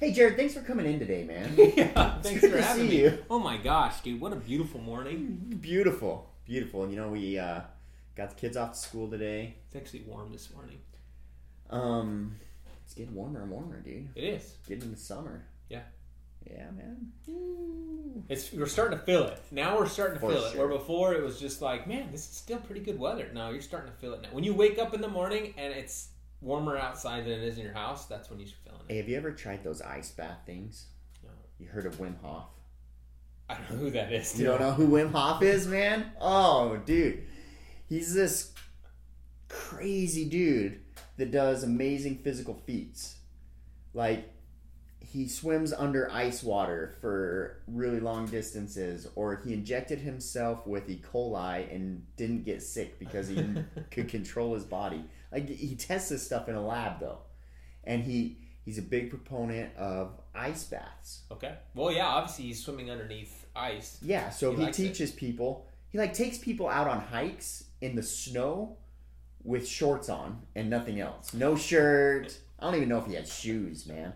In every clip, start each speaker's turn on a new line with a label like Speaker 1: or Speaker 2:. Speaker 1: Hey, Jared, thanks for coming in today, man.
Speaker 2: yeah,
Speaker 1: It's
Speaker 2: thanks
Speaker 1: good
Speaker 2: for
Speaker 1: to
Speaker 2: having
Speaker 1: see
Speaker 2: me.
Speaker 1: you.
Speaker 2: Oh my gosh, dude, what a beautiful morning.
Speaker 1: beautiful, beautiful. And you know, we uh, got the kids off to school today.
Speaker 2: It's actually warm this morning.
Speaker 1: Um, it's getting warmer and warmer, dude.
Speaker 2: It is.
Speaker 1: Getting into summer.
Speaker 2: Yeah.
Speaker 1: Yeah, man.
Speaker 2: It's we're starting to feel it. Now we're starting to
Speaker 1: For
Speaker 2: feel it.
Speaker 1: sure.
Speaker 2: Where before it was just like, man, this is still pretty good weather. No, you're starting to feel it now. When you wake up in the morning and it's warmer outside than it is in your house, that's when you should feel it.
Speaker 1: Hey, have you ever tried those ice bath things?
Speaker 2: No.
Speaker 1: You heard of Wim Hof?
Speaker 2: I don't know who that is.
Speaker 1: You don't know who Wim Hof is, man? Oh, dude. He's this crazy dude that does amazing physical feats. Like, he swims under ice water for really long distances, or he injected himself with E. coli and didn't get sick because he could control his body. Like, he tests this stuff in a lab, though. And he. He's a big proponent of ice baths.
Speaker 2: Okay. Well, yeah, obviously he's swimming underneath ice.
Speaker 1: Yeah, so
Speaker 2: He
Speaker 1: he,
Speaker 2: likes it.
Speaker 1: teaches people. He like takes people out on hikes in the snow with shorts on and nothing else. No shirt. I don't even know if he had shoes, man.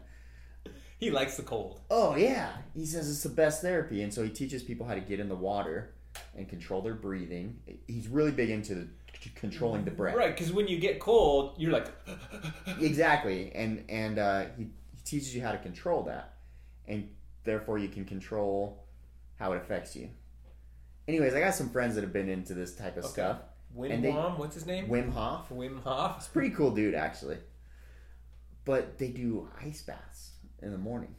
Speaker 2: He likes the cold.
Speaker 1: Oh yeah, he says it's the best therapy, and so he teaches people how to get in the water and control their breathing. He's really big into the, c- controlling the breath.
Speaker 2: Right, because when you get cold, you're like,
Speaker 1: Exactly, and and uh, he, he teaches you how to control that, and therefore you can control how it affects you. Anyways, I got some friends that have been into this type of
Speaker 2: Okay.
Speaker 1: stuff.
Speaker 2: Wim
Speaker 1: And they-
Speaker 2: Wom, what's his name?
Speaker 1: Wim Hof,
Speaker 2: Wim Hof.
Speaker 1: pretty cool dude actually. But they do ice baths in the morning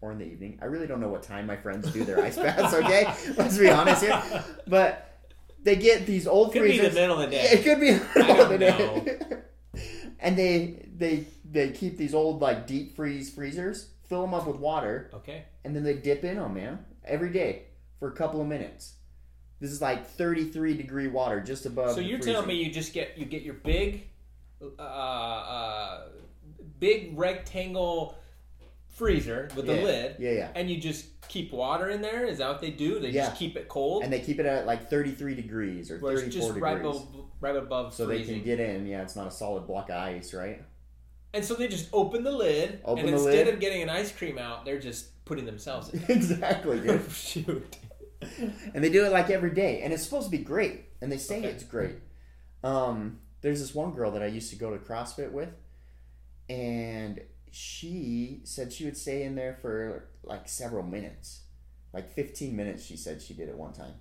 Speaker 1: or in the evening. I really don't know what time my friends do their ice baths. Okay, let's be honest here. But they get these old
Speaker 2: Could be
Speaker 1: freezers.
Speaker 2: the middle of the
Speaker 1: Yeah, it
Speaker 2: day.
Speaker 1: could be
Speaker 2: I don't
Speaker 1: the day. and they they they keep these old like deep freeze freezers, fill them up with water,
Speaker 2: Okay.
Speaker 1: and then they dip in them, man, every day for a couple of minutes. This is like 33 degree water, just above.
Speaker 2: So
Speaker 1: the
Speaker 2: you're telling
Speaker 1: freezing.
Speaker 2: me you just get you get your big, uh, uh, big rectangle freezer with
Speaker 1: yeah.
Speaker 2: the lid,
Speaker 1: Yeah, yeah.
Speaker 2: and you just keep water in there. Is that what they do? They
Speaker 1: Yeah.
Speaker 2: just keep it cold,
Speaker 1: And they keep it at like 33 degrees or
Speaker 2: where
Speaker 1: 34
Speaker 2: it's just
Speaker 1: degrees.
Speaker 2: right, be- right above
Speaker 1: so they
Speaker 2: freezing.
Speaker 1: can get in. Yeah, it's not a solid block of ice, right?
Speaker 2: and so they just open the lid,
Speaker 1: Open
Speaker 2: and
Speaker 1: the
Speaker 2: instead
Speaker 1: lid.
Speaker 2: of getting an ice cream out, they're just putting themselves in.
Speaker 1: exactly, dude.
Speaker 2: Shoot.
Speaker 1: and they do it like every day, and it's supposed to be great, and they say
Speaker 2: Okay.
Speaker 1: it's great. Um, there's this one girl that I used to go to CrossFit with, and she said she would stay in there for like several minutes, like 15 minutes. She said she did at one time.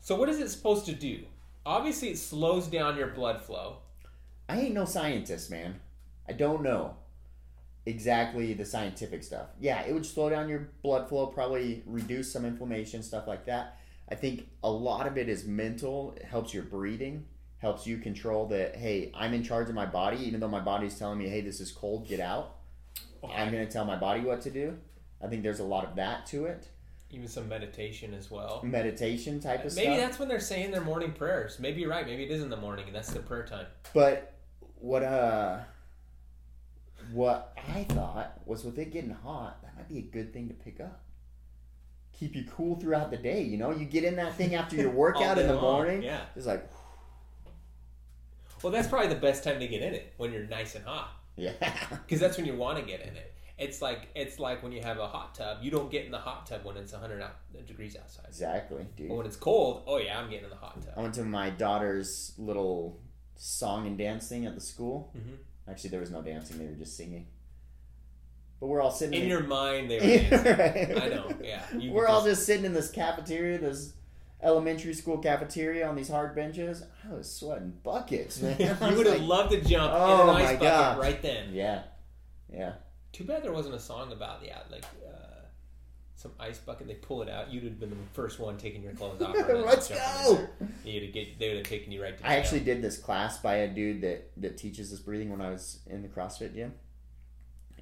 Speaker 2: So what is it supposed to do? Obviously, it slows down your blood flow.
Speaker 1: I ain't no scientist, man. I don't know exactly the scientific stuff. Yeah, it would slow down your blood flow, probably reduce some inflammation, stuff like that. I think a lot of it is mental. It helps your breathing, helps you control that, hey, I'm in charge of my body, even though my body's telling me, hey, this is cold, get out. I'm going to tell my body what to do. I think there's a lot of that to it.
Speaker 2: Even some meditation as well.
Speaker 1: Meditation type of
Speaker 2: Maybe
Speaker 1: stuff.
Speaker 2: that's when they're saying their morning prayers. Maybe you're right. Maybe it is in the morning, and that's the prayer time.
Speaker 1: But what uh what I thought was with it getting hot, that might be a good thing to pick up. Keep you cool throughout the day, you know? You get in that thing after your
Speaker 2: All
Speaker 1: workout
Speaker 2: day
Speaker 1: in the
Speaker 2: long,
Speaker 1: morning.
Speaker 2: Yeah.
Speaker 1: It's like
Speaker 2: Well, that's probably the best time to get in it when you're nice and hot,
Speaker 1: Yeah.
Speaker 2: because that's when you want to get in it. It's like it's like when you have a hot tub. You don't get in the hot tub when it's 100 out- degrees outside.
Speaker 1: Exactly,
Speaker 2: But
Speaker 1: dude.
Speaker 2: when it's cold, oh yeah, I'm getting in the hot
Speaker 1: I
Speaker 2: tub.
Speaker 1: went to my daughter's little song and dance thing at the school.
Speaker 2: Mhm.
Speaker 1: Actually there was no dancing, they were just singing. But we're all sitting
Speaker 2: In your mind, they were dancing.
Speaker 1: dancing.
Speaker 2: I know. Yeah. You
Speaker 1: We're
Speaker 2: could
Speaker 1: all just sitting in this cafeteria, this elementary school cafeteria on these hard benches. I was sweating buckets, man. I
Speaker 2: you
Speaker 1: was
Speaker 2: would have
Speaker 1: like,
Speaker 2: loved to jump
Speaker 1: "Oh
Speaker 2: in an
Speaker 1: my
Speaker 2: ice bucket
Speaker 1: gosh."
Speaker 2: right then.
Speaker 1: yeah, yeah.
Speaker 2: Too bad there wasn't a song about yeah, like uh, some ice bucket. They pull it out. You'd have been the first one taking your clothes off. and then
Speaker 1: Let's
Speaker 2: jumping in
Speaker 1: go!
Speaker 2: there. And You'd have get, they would have taken you right to.
Speaker 1: I
Speaker 2: jail.
Speaker 1: actually did this class by a dude that that teaches this breathing when I was in the CrossFit gym,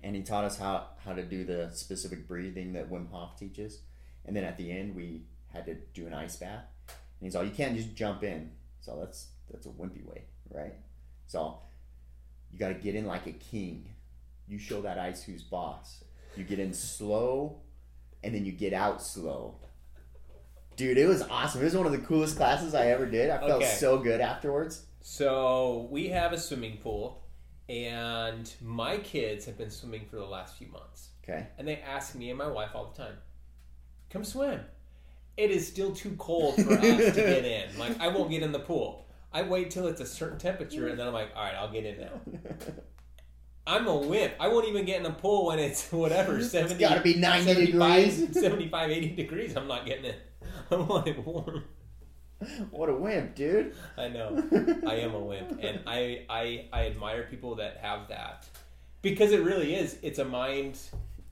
Speaker 1: and he taught us how how to do the specific breathing that Wim Hof teaches, and then at the end we had to do an ice bath, and he's all you can't just jump in, so that's that's a wimpy way, right? So you got to get in like a king. You show that ice who's boss. You get in slow, and then you get out slow. Dude, it was awesome. It was one of the coolest classes I ever did. I felt
Speaker 2: Okay.
Speaker 1: so good afterwards.
Speaker 2: So we have a swimming pool and my kids have been swimming for the last few months.
Speaker 1: Okay.
Speaker 2: And they ask me and my wife all the time, come swim. It is still too cold for us to get in. Like, I won't get in the pool. I wait till it's a certain temperature and then I'm like, all right, I'll get in now. I'm a wimp. I won't even get in the pool when it's whatever, 70,
Speaker 1: it's got to be 90
Speaker 2: 75,
Speaker 1: degrees.
Speaker 2: 75, 80 degrees. I'm not getting in. I want it warm.
Speaker 1: what a wimp, dude.
Speaker 2: I know. I am a wimp, and I, I I admire people that have that because it really is. It's a mind.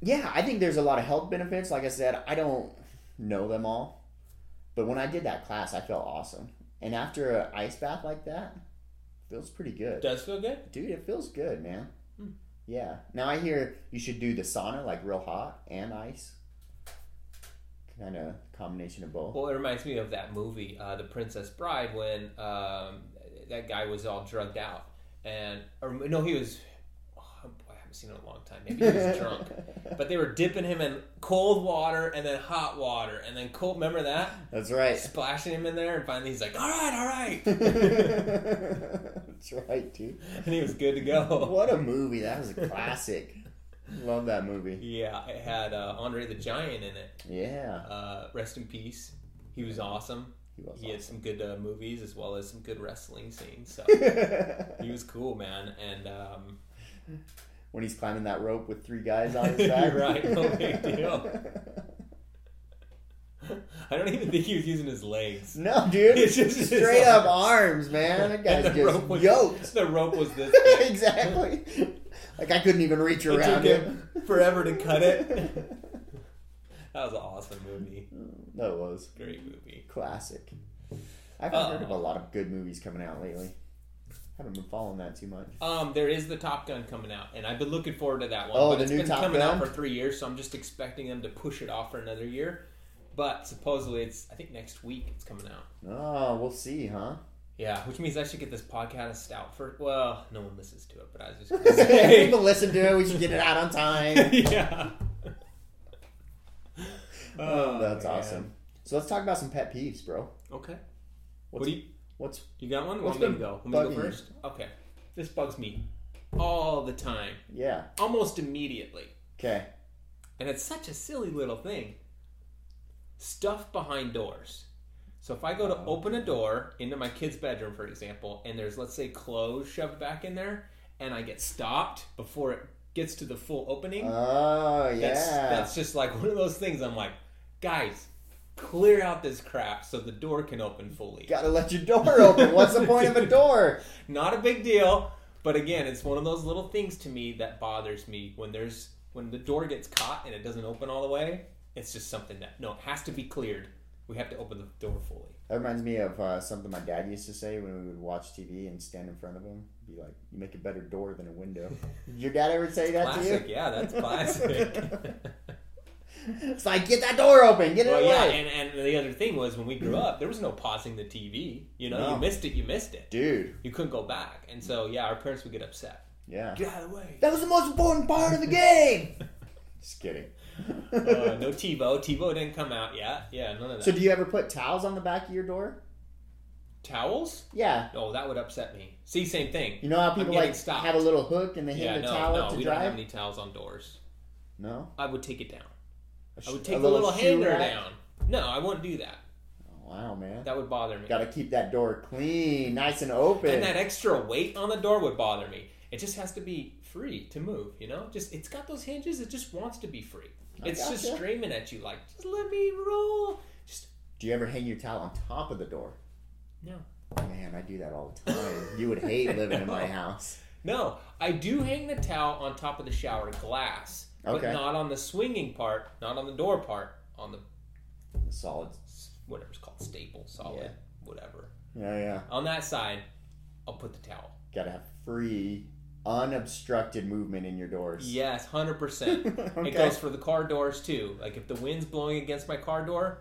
Speaker 1: Yeah, I think there's a lot of health benefits. Like I said, I don't know them all, but when I did that class, I felt awesome. And after an ice bath like that, feels pretty good,
Speaker 2: Does feel good.
Speaker 1: dude. It feels good, man.
Speaker 2: Hmm.
Speaker 1: Yeah. Now I hear you should do the sauna like real hot and ice, kind of combination of both.
Speaker 2: Well, it reminds me of that movie, uh, The Princess Bride, when um, that guy was all drugged out, and or no, he was. Oh, boy, I haven't seen it in a long time. Maybe he was drunk, but they were dipping him in cold water and then hot water and then cold. Remember that?
Speaker 1: That's right.
Speaker 2: Splashing him in there, and finally he's like, "All right, all right,"
Speaker 1: That's right, dude.
Speaker 2: and he was good to go.
Speaker 1: What a movie! That was a classic. Love that movie.
Speaker 2: Yeah, it had uh, Andre the Giant in it.
Speaker 1: Yeah,
Speaker 2: Uh, rest in peace. He was awesome.
Speaker 1: he was.
Speaker 2: He had some good uh, movies as well as some good wrestling scenes. So
Speaker 1: awesome.
Speaker 2: he was cool, man. And um,
Speaker 1: when he's climbing that rope with three guys on his back,
Speaker 2: Right, no big deal. I don't even think he was using his legs.
Speaker 1: No, dude, it's
Speaker 2: It's just
Speaker 1: just
Speaker 2: his
Speaker 1: straight up
Speaker 2: arms.
Speaker 1: arms, man. That guy's
Speaker 2: And
Speaker 1: just
Speaker 2: was,
Speaker 1: yoked.
Speaker 2: The rope was this. thick.
Speaker 1: exactly. Like I couldn't even reach
Speaker 2: It took
Speaker 1: around him.
Speaker 2: him forever to cut it. That was an awesome movie.
Speaker 1: that was
Speaker 2: Great movie.
Speaker 1: classic. I haven't heard of
Speaker 2: Uh.
Speaker 1: a lot of good movies coming out lately. Haven't been following that too much.
Speaker 2: Um, there is the Top Gun coming out, and I've been looking forward to that one.
Speaker 1: Oh,
Speaker 2: but
Speaker 1: the
Speaker 2: it's
Speaker 1: new
Speaker 2: been
Speaker 1: Top
Speaker 2: coming out
Speaker 1: Gun?
Speaker 2: for three years, so I'm just expecting them to push it off for another year. But supposedly, it's I think next week it's coming out.
Speaker 1: Oh, we'll see, huh?
Speaker 2: Yeah, which means I should get this podcast out for. Well, no one listens to it, but I was just gonna say.
Speaker 1: People listen to it. We should get it out on time.
Speaker 2: yeah.
Speaker 1: Oh,
Speaker 2: Oh,
Speaker 1: that's
Speaker 2: man.
Speaker 1: awesome. So let's talk about some pet peeves, bro.
Speaker 2: Okay.
Speaker 1: What's
Speaker 2: what do you
Speaker 1: what's
Speaker 2: you got one?
Speaker 1: what's
Speaker 2: Want me to
Speaker 1: been
Speaker 2: go? Want me to
Speaker 1: bugging
Speaker 2: go
Speaker 1: you?
Speaker 2: first? Okay. This bugs me all the time,
Speaker 1: yeah
Speaker 2: almost immediately.
Speaker 1: okay
Speaker 2: And it's such a silly little thing. Stuff behind doors. So if I go to open a door into my kid's bedroom, for example, and there's let's say clothes shoved back in there, and I get stopped before it gets to the full opening,
Speaker 1: oh yeah
Speaker 2: that's that's just like one of those things. I'm like, guys, clear out this crap so the door can open fully.
Speaker 1: gotta let your door open what's the point of a door
Speaker 2: Not a big deal, but again, it's one of those little things to me that bothers me when there's when the door gets caught and it doesn't open all the way. It's just something that no, it has to be cleared. We have to open the door fully.
Speaker 1: that reminds me of uh, something my dad used to say when we would watch tv and stand in front of him be like you make a better door than a window Did your dad ever say that
Speaker 2: classic,
Speaker 1: to you
Speaker 2: yeah, that's classic.
Speaker 1: it's like get that door open get it
Speaker 2: well, yeah,
Speaker 1: away
Speaker 2: and, and the other thing was when we grew up, there was no pausing the TV. You know,
Speaker 1: No.
Speaker 2: you missed it, you missed it.
Speaker 1: dude
Speaker 2: You couldn't go back, and so yeah, our parents would get upset.
Speaker 1: yeah
Speaker 2: Get out of the way.
Speaker 1: that was the most important part of the game just kidding
Speaker 2: uh, no TiVo. TiVo didn't come out yet. Yeah, none of that.
Speaker 1: so do you ever put towels on the back of your door
Speaker 2: Towels?
Speaker 1: yeah
Speaker 2: Oh, that would upset me. See, same thing.
Speaker 1: you know how
Speaker 2: I'm
Speaker 1: people
Speaker 2: getting
Speaker 1: like
Speaker 2: stopped.
Speaker 1: have a little hook and they hang
Speaker 2: Yeah,
Speaker 1: the
Speaker 2: no,
Speaker 1: towel up
Speaker 2: no,
Speaker 1: to
Speaker 2: we
Speaker 1: dry?
Speaker 2: don't have any towels on doors.
Speaker 1: no,
Speaker 2: I would take it down.
Speaker 1: sh-
Speaker 2: I would take the little
Speaker 1: shoe
Speaker 2: hanger
Speaker 1: rack?
Speaker 2: down. No, I wouldn't do that.
Speaker 1: Wow, man.
Speaker 2: That would bother me.
Speaker 1: Got to keep that door clean, nice and open.
Speaker 2: and that extra weight on the door would bother me. It just has to be free to move, you know? Just it's got those hinges, it just wants to be free.
Speaker 1: I
Speaker 2: It's just
Speaker 1: gotcha.
Speaker 2: screaming at you like, just let me roll. Just
Speaker 1: do you ever hang your towel on top of the door?
Speaker 2: no.
Speaker 1: Man, I do that all the time. you would hate living in my house.
Speaker 2: No, I do hang the towel on top of the shower glass, but
Speaker 1: Okay.
Speaker 2: not on the swinging part, not on the door part, on the
Speaker 1: Solid.
Speaker 2: s- whatever's called staple, solid,
Speaker 1: Yeah.
Speaker 2: whatever.
Speaker 1: Yeah, yeah.
Speaker 2: On that side, I'll put the towel.
Speaker 1: Got to have free, unobstructed movement in your doors.
Speaker 2: Yes, hundred percent.
Speaker 1: okay.
Speaker 2: It goes for the car doors too. Like if the wind's blowing against my car door,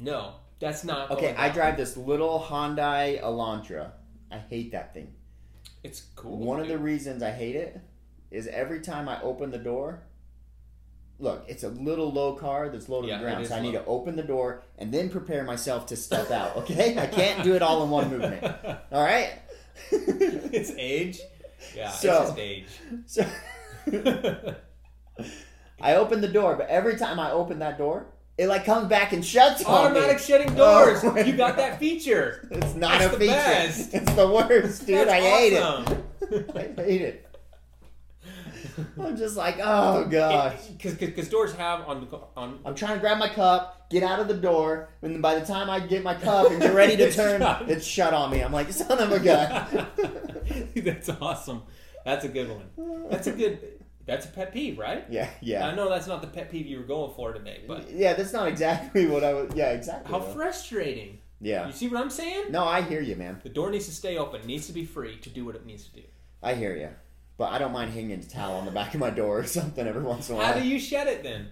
Speaker 2: no, that's not.
Speaker 1: okay,
Speaker 2: going
Speaker 1: I
Speaker 2: out.
Speaker 1: drive this little Hyundai Elantra. I hate that thing.
Speaker 2: It's cool.
Speaker 1: One of the
Speaker 2: dude.
Speaker 1: reasons I hate it is every time I open the door. Look, it's a little low car that's low to
Speaker 2: Yeah,
Speaker 1: the
Speaker 2: it
Speaker 1: ground,
Speaker 2: is
Speaker 1: so I need
Speaker 2: low.
Speaker 1: to open the door and then prepare myself to step out. Okay, I can't do it all in one movement. All right.
Speaker 2: it's age. Yeah,
Speaker 1: So-
Speaker 2: it's his age.
Speaker 1: So I open the door, but every time I open that door, it like comes back and shuts on me.
Speaker 2: Automatic shutting doors.
Speaker 1: Oh, my
Speaker 2: you got that feature.
Speaker 1: It's not
Speaker 2: That's
Speaker 1: a
Speaker 2: the
Speaker 1: feature.
Speaker 2: best.
Speaker 1: It's the worst, dude.
Speaker 2: That's
Speaker 1: I hate
Speaker 2: awesome.
Speaker 1: it. I hate it. I'm just like, oh gosh.
Speaker 2: Because doors have on on
Speaker 1: I'm trying to grab my cup, get out of the door, and then by the time I get my cup and get ready to
Speaker 2: It's
Speaker 1: turn,
Speaker 2: shut.
Speaker 1: it's shut on me. I'm like, son of a gun.
Speaker 2: that's awesome. That's a good one. That's a good. That's a pet peeve, right?
Speaker 1: yeah,
Speaker 2: I
Speaker 1: yeah.
Speaker 2: know that's not the pet peeve you were going for today, but
Speaker 1: Yeah, that's not exactly what I was. Yeah, exactly.
Speaker 2: how
Speaker 1: though.
Speaker 2: frustrating!
Speaker 1: yeah.
Speaker 2: You see what I'm saying?
Speaker 1: No, I hear you, man.
Speaker 2: The door needs to stay open. It needs to be free to do what it needs to do.
Speaker 1: I hear you. But I don't mind hanging a towel on the back of my door or something every once in a
Speaker 2: How
Speaker 1: while.
Speaker 2: do you shut it then?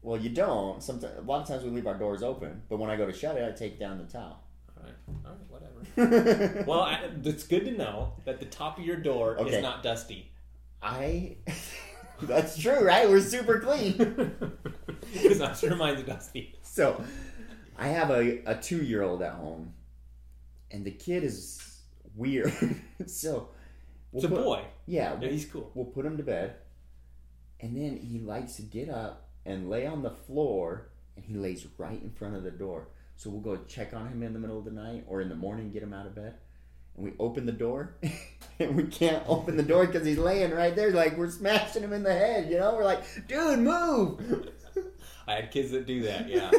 Speaker 1: well, you don't. Sometimes, a lot of times we leave our doors open, but when I go to shut it, I take down the towel.
Speaker 2: All right, all right, whatever. Well, I, it's good to know that the top of your door
Speaker 1: Okay.
Speaker 2: is not dusty.
Speaker 1: I. that's true, right? We're super clean.
Speaker 2: Because I'm sure mine's dusty.
Speaker 1: so I have a, a two year old at home, and the kid is weird. so we'll
Speaker 2: It's a
Speaker 1: put-
Speaker 2: boy.
Speaker 1: Yeah,
Speaker 2: Yeah,
Speaker 1: we'll,
Speaker 2: he's cool.
Speaker 1: we'll put him to bed, and then he likes to get up and lay on the floor, and he lays right in front of the door. So we'll go check on him in the middle of the night or in the morning, get him out of bed, and we open the door. And we can't open the door because he's laying right there. Like we're smashing him in the head, you know. We're like, "Dude, move!"
Speaker 2: I had kids that do that. Yeah,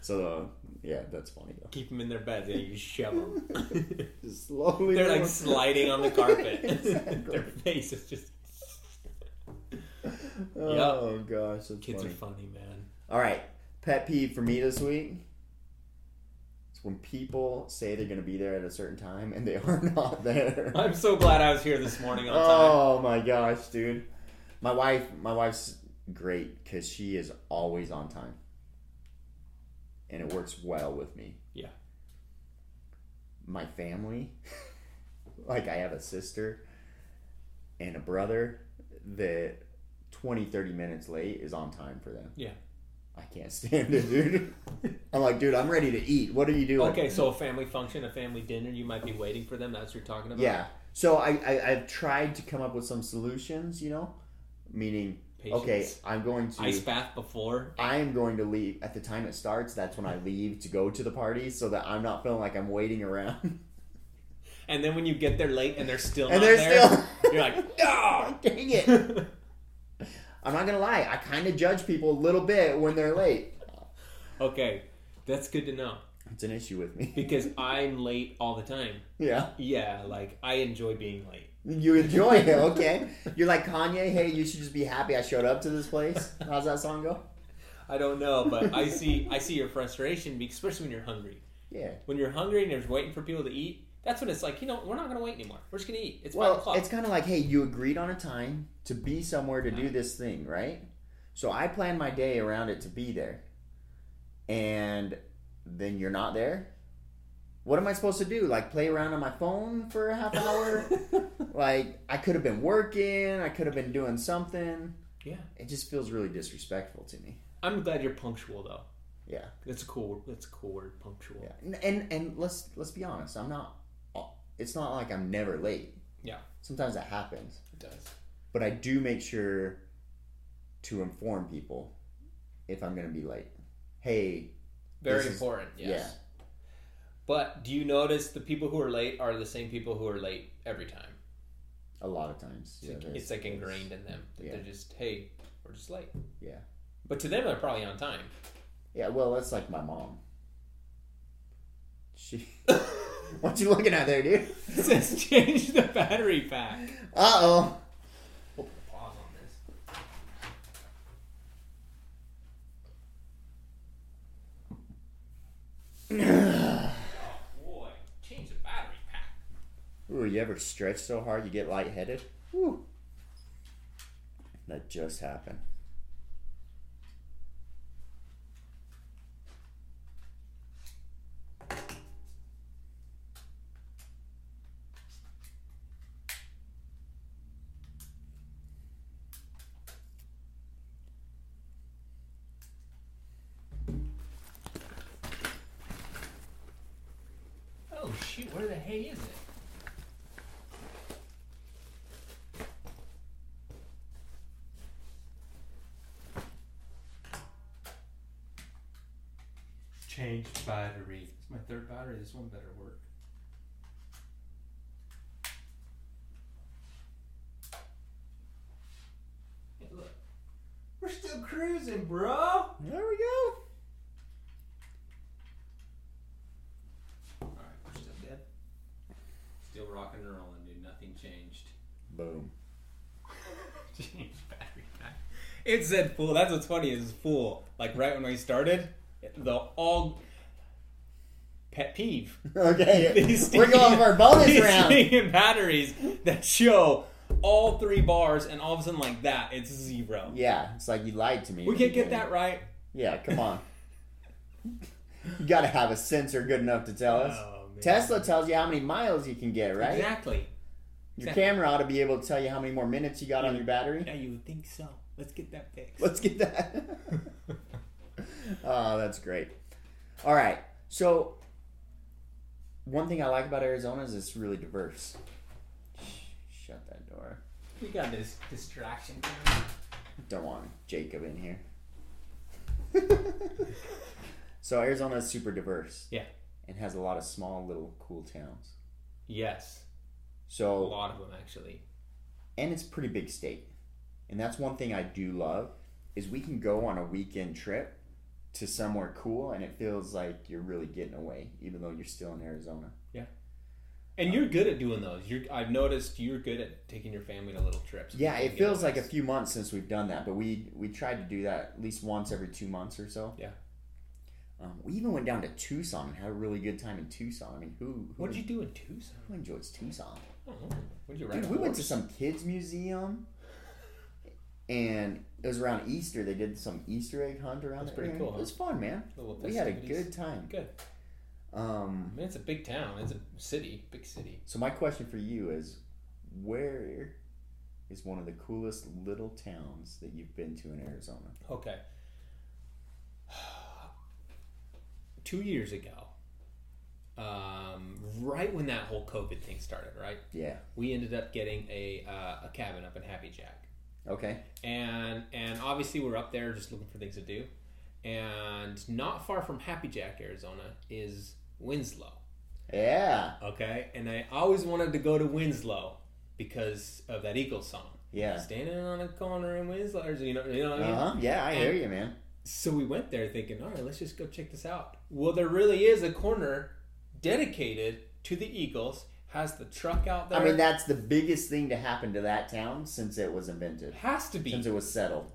Speaker 1: so yeah, that's funny though.
Speaker 2: keep them in their beds. Yeah, you shove them.
Speaker 1: Just slowly.
Speaker 2: They're
Speaker 1: going-
Speaker 2: like sliding on the carpet.
Speaker 1: Exactly.
Speaker 2: Their face is just.
Speaker 1: oh gosh, that's
Speaker 2: Kids
Speaker 1: funny.
Speaker 2: are funny, man.
Speaker 1: All right, pet peeve for me this week. It's when people say they're going to be there at a certain time and they are not there.
Speaker 2: I'm so glad I was here this morning on time.
Speaker 1: Oh my gosh, dude. My wife, my wife's great because she is always on time, and it works well with me.
Speaker 2: Yeah.
Speaker 1: My family, like I have a sister and a brother that 20, 30 minutes late is on time for them.
Speaker 2: Yeah.
Speaker 1: I can't stand it, dude. I'm like, dude, I'm ready to eat. What are you doing?
Speaker 2: Okay, so a family function, a family dinner, you might be waiting for them. That's what you're talking about.
Speaker 1: Yeah. So I, I I've tried to come up with some solutions, you know, meaning
Speaker 2: Patience.
Speaker 1: okay, I'm going to
Speaker 2: Ice bath before.
Speaker 1: I am going to leave at the time it starts. That's when I leave to go to the party, so that I'm not feeling like I'm waiting around.
Speaker 2: And then when you get there late and they're still
Speaker 1: and
Speaker 2: not
Speaker 1: they're
Speaker 2: there,
Speaker 1: still
Speaker 2: you're like, "Ah!"
Speaker 1: dang it. I'm not gonna lie. I kind of judge people a little bit when they're late.
Speaker 2: okay, that's good to know
Speaker 1: It's an issue with me.
Speaker 2: because I'm late all the time.
Speaker 1: Yeah,
Speaker 2: Yeah, like I enjoy being late.
Speaker 1: you enjoy it, okay? You're like Kanye. Hey, you should just be happy I showed up to this place. How's that song go?
Speaker 2: I don't know, but I see I see your frustration, be- especially when you're hungry.
Speaker 1: Yeah.
Speaker 2: When you're hungry and you're waiting for people to eat, that's when it's like, you know, we're not gonna wait anymore. We're just gonna eat. It's five
Speaker 1: Well,
Speaker 2: o'clock.
Speaker 1: it's kind of like, hey, you agreed on a time to be somewhere to
Speaker 2: Uh-huh.
Speaker 1: do this thing, right? So I plan my day around it to be there. And then you're not there? What am I supposed to do? Like play around on my phone for a half hour? like I could have been working, I could have been doing something.
Speaker 2: Yeah.
Speaker 1: It just feels really disrespectful to me.
Speaker 2: I'm glad you're punctual though.
Speaker 1: Yeah.
Speaker 2: That's a cool that's a cool word, punctual.
Speaker 1: Yeah. And and, and let's let's be honest, I'm not it's not like I'm never late.
Speaker 2: Yeah.
Speaker 1: Sometimes that happens.
Speaker 2: It does.
Speaker 1: but I do make sure to inform people if I'm going to be late. Hey,
Speaker 2: Very
Speaker 1: This is-
Speaker 2: important, yes. But do you notice the people who are late are the same people who are late every time?
Speaker 1: a lot of times.
Speaker 2: It's,
Speaker 1: yeah,
Speaker 2: like,
Speaker 1: there's-
Speaker 2: it's like ingrained in them. That
Speaker 1: Yeah.
Speaker 2: They're just, hey, we're just late.
Speaker 1: Yeah.
Speaker 2: But to them, they're probably on time.
Speaker 1: Yeah, well, that's like my mom. She. what you looking at there, dude?
Speaker 2: It says change the battery pack.
Speaker 1: Uh oh.
Speaker 2: We'll put a pause on this. Oh boy, change the battery pack.
Speaker 1: Ooh, you ever stretch so hard you get lightheaded? Woo. That just happened.
Speaker 2: Oh shoot, where the hay is it? change battery. It's my third battery. This one better work. Hey, look. We're still cruising, bro.
Speaker 1: There we go.
Speaker 2: All right, we're still dead. Still rocking and rolling, dude. Nothing changed.
Speaker 1: Boom.
Speaker 2: Change battery pack. It said fool. That's what's funny is fool. Like right when we started, the all pet peeve.
Speaker 1: Okay.
Speaker 2: These
Speaker 1: We're going
Speaker 2: stinking-
Speaker 1: for our bonus
Speaker 2: these
Speaker 1: round.
Speaker 2: stinking batteries that show all three bars, and all of a sudden, like that, it's zero.
Speaker 1: Yeah, it's like you lied to me.
Speaker 2: We can't get that right.
Speaker 1: Yeah, come on. you gotta have a sensor good enough to tell us.
Speaker 2: man.
Speaker 1: Oh, Tesla tells you how many miles you can get, right?
Speaker 2: Exactly.
Speaker 1: Your
Speaker 2: exactly.
Speaker 1: camera ought to be able to tell you how many more minutes you got on your battery.
Speaker 2: Yeah, you would think so. Let's get that fixed.
Speaker 1: Let's get that. oh, that's great. All right. So, one thing I like about Arizona is it's really diverse. Shut that door.
Speaker 2: we got this distraction.
Speaker 1: Don't want Jacob in here. so, Arizona is super diverse.
Speaker 2: Yeah.
Speaker 1: And has a lot of small, little, cool towns.
Speaker 2: Yes, a
Speaker 1: So,
Speaker 2: lot of them actually.
Speaker 1: and it's a pretty big state and that's one thing i do love is we can go on a weekend trip to somewhere cool and it feels like you're really getting away even though you're still in arizona
Speaker 2: And you're good at doing those. You're, I've noticed you're good at taking your family to little trips.
Speaker 1: yeah it feels like a
Speaker 2: a
Speaker 1: few months since we've done that but we we tried to do that at least once every two months or so
Speaker 2: Yeah.
Speaker 1: um, we even went down to tucson and had a really good time in tucson i mean who who,
Speaker 2: What did you do in Tucson?
Speaker 1: who enjoys tucson
Speaker 2: I don't know. What did you ride?
Speaker 1: Dude,
Speaker 2: a
Speaker 1: we went to
Speaker 2: horse?
Speaker 1: some kids museum, and it was around Easter. They did some Easter egg hunt around.
Speaker 2: That's
Speaker 1: the
Speaker 2: pretty
Speaker 1: area.
Speaker 2: cool,
Speaker 1: It was fun, man.
Speaker 2: Little
Speaker 1: We had a
Speaker 2: festivities.
Speaker 1: good time.
Speaker 2: Good. I
Speaker 1: Um,
Speaker 2: mean, it's a big town. It's a city, big city.
Speaker 1: so my question for you is, where is one of the coolest little towns that you've been to in Arizona?
Speaker 2: Okay. Two years ago, um, right when that whole COVID thing started, right,
Speaker 1: Yeah.
Speaker 2: we ended up getting a uh, a cabin up in Happy Jack.
Speaker 1: Okay.
Speaker 2: and and obviously we're up there just looking for things to do and not far from happy jack arizona is winslow
Speaker 1: Yeah.
Speaker 2: okay and i always wanted to go to winslow because of that eagles song
Speaker 1: Yeah.
Speaker 2: standing on a corner in winslow or, you know, you know what
Speaker 1: Uh
Speaker 2: i mean
Speaker 1: huh. Yeah, I hear
Speaker 2: And-
Speaker 1: you, man.
Speaker 2: so we went there thinking all right let's just go check this out well there really is a corner dedicated to the eagles has the truck out there
Speaker 1: I mean, that's the biggest thing to happen to that town since it was invented,
Speaker 2: has to be
Speaker 1: since it was settled.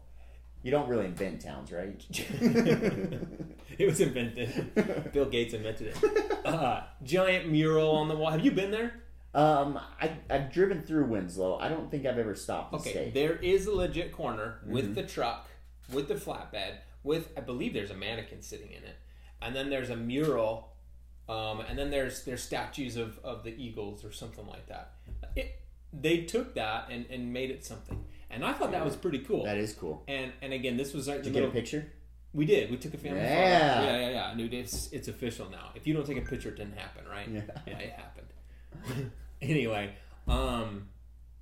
Speaker 1: You don't really invent towns, right?
Speaker 2: it was invented. Bill Gates invented it. Uh, giant mural on the wall. Have you been there?
Speaker 1: Um, I I've driven through Winslow. I don't think I've ever stopped to
Speaker 2: Okay,
Speaker 1: stay. Mm-hmm.
Speaker 2: there is a legit corner with the truck, with the flatbed, with I believe there's a mannequin sitting in it, and then there's a mural, um, and then there's there's statues of of the Eagles or something like that. It, they took that and and made it something, and I thought that was pretty cool.
Speaker 1: That is cool.
Speaker 2: and and again, this was like the
Speaker 1: Did you get
Speaker 2: middle
Speaker 1: a picture?
Speaker 2: We did. We took a family
Speaker 1: Yeah.
Speaker 2: photo. Yeah, yeah, yeah. Dude, it's it's official now. If you don't take a picture, it didn't happen, right?
Speaker 1: Yeah.
Speaker 2: it happened. anyway, um,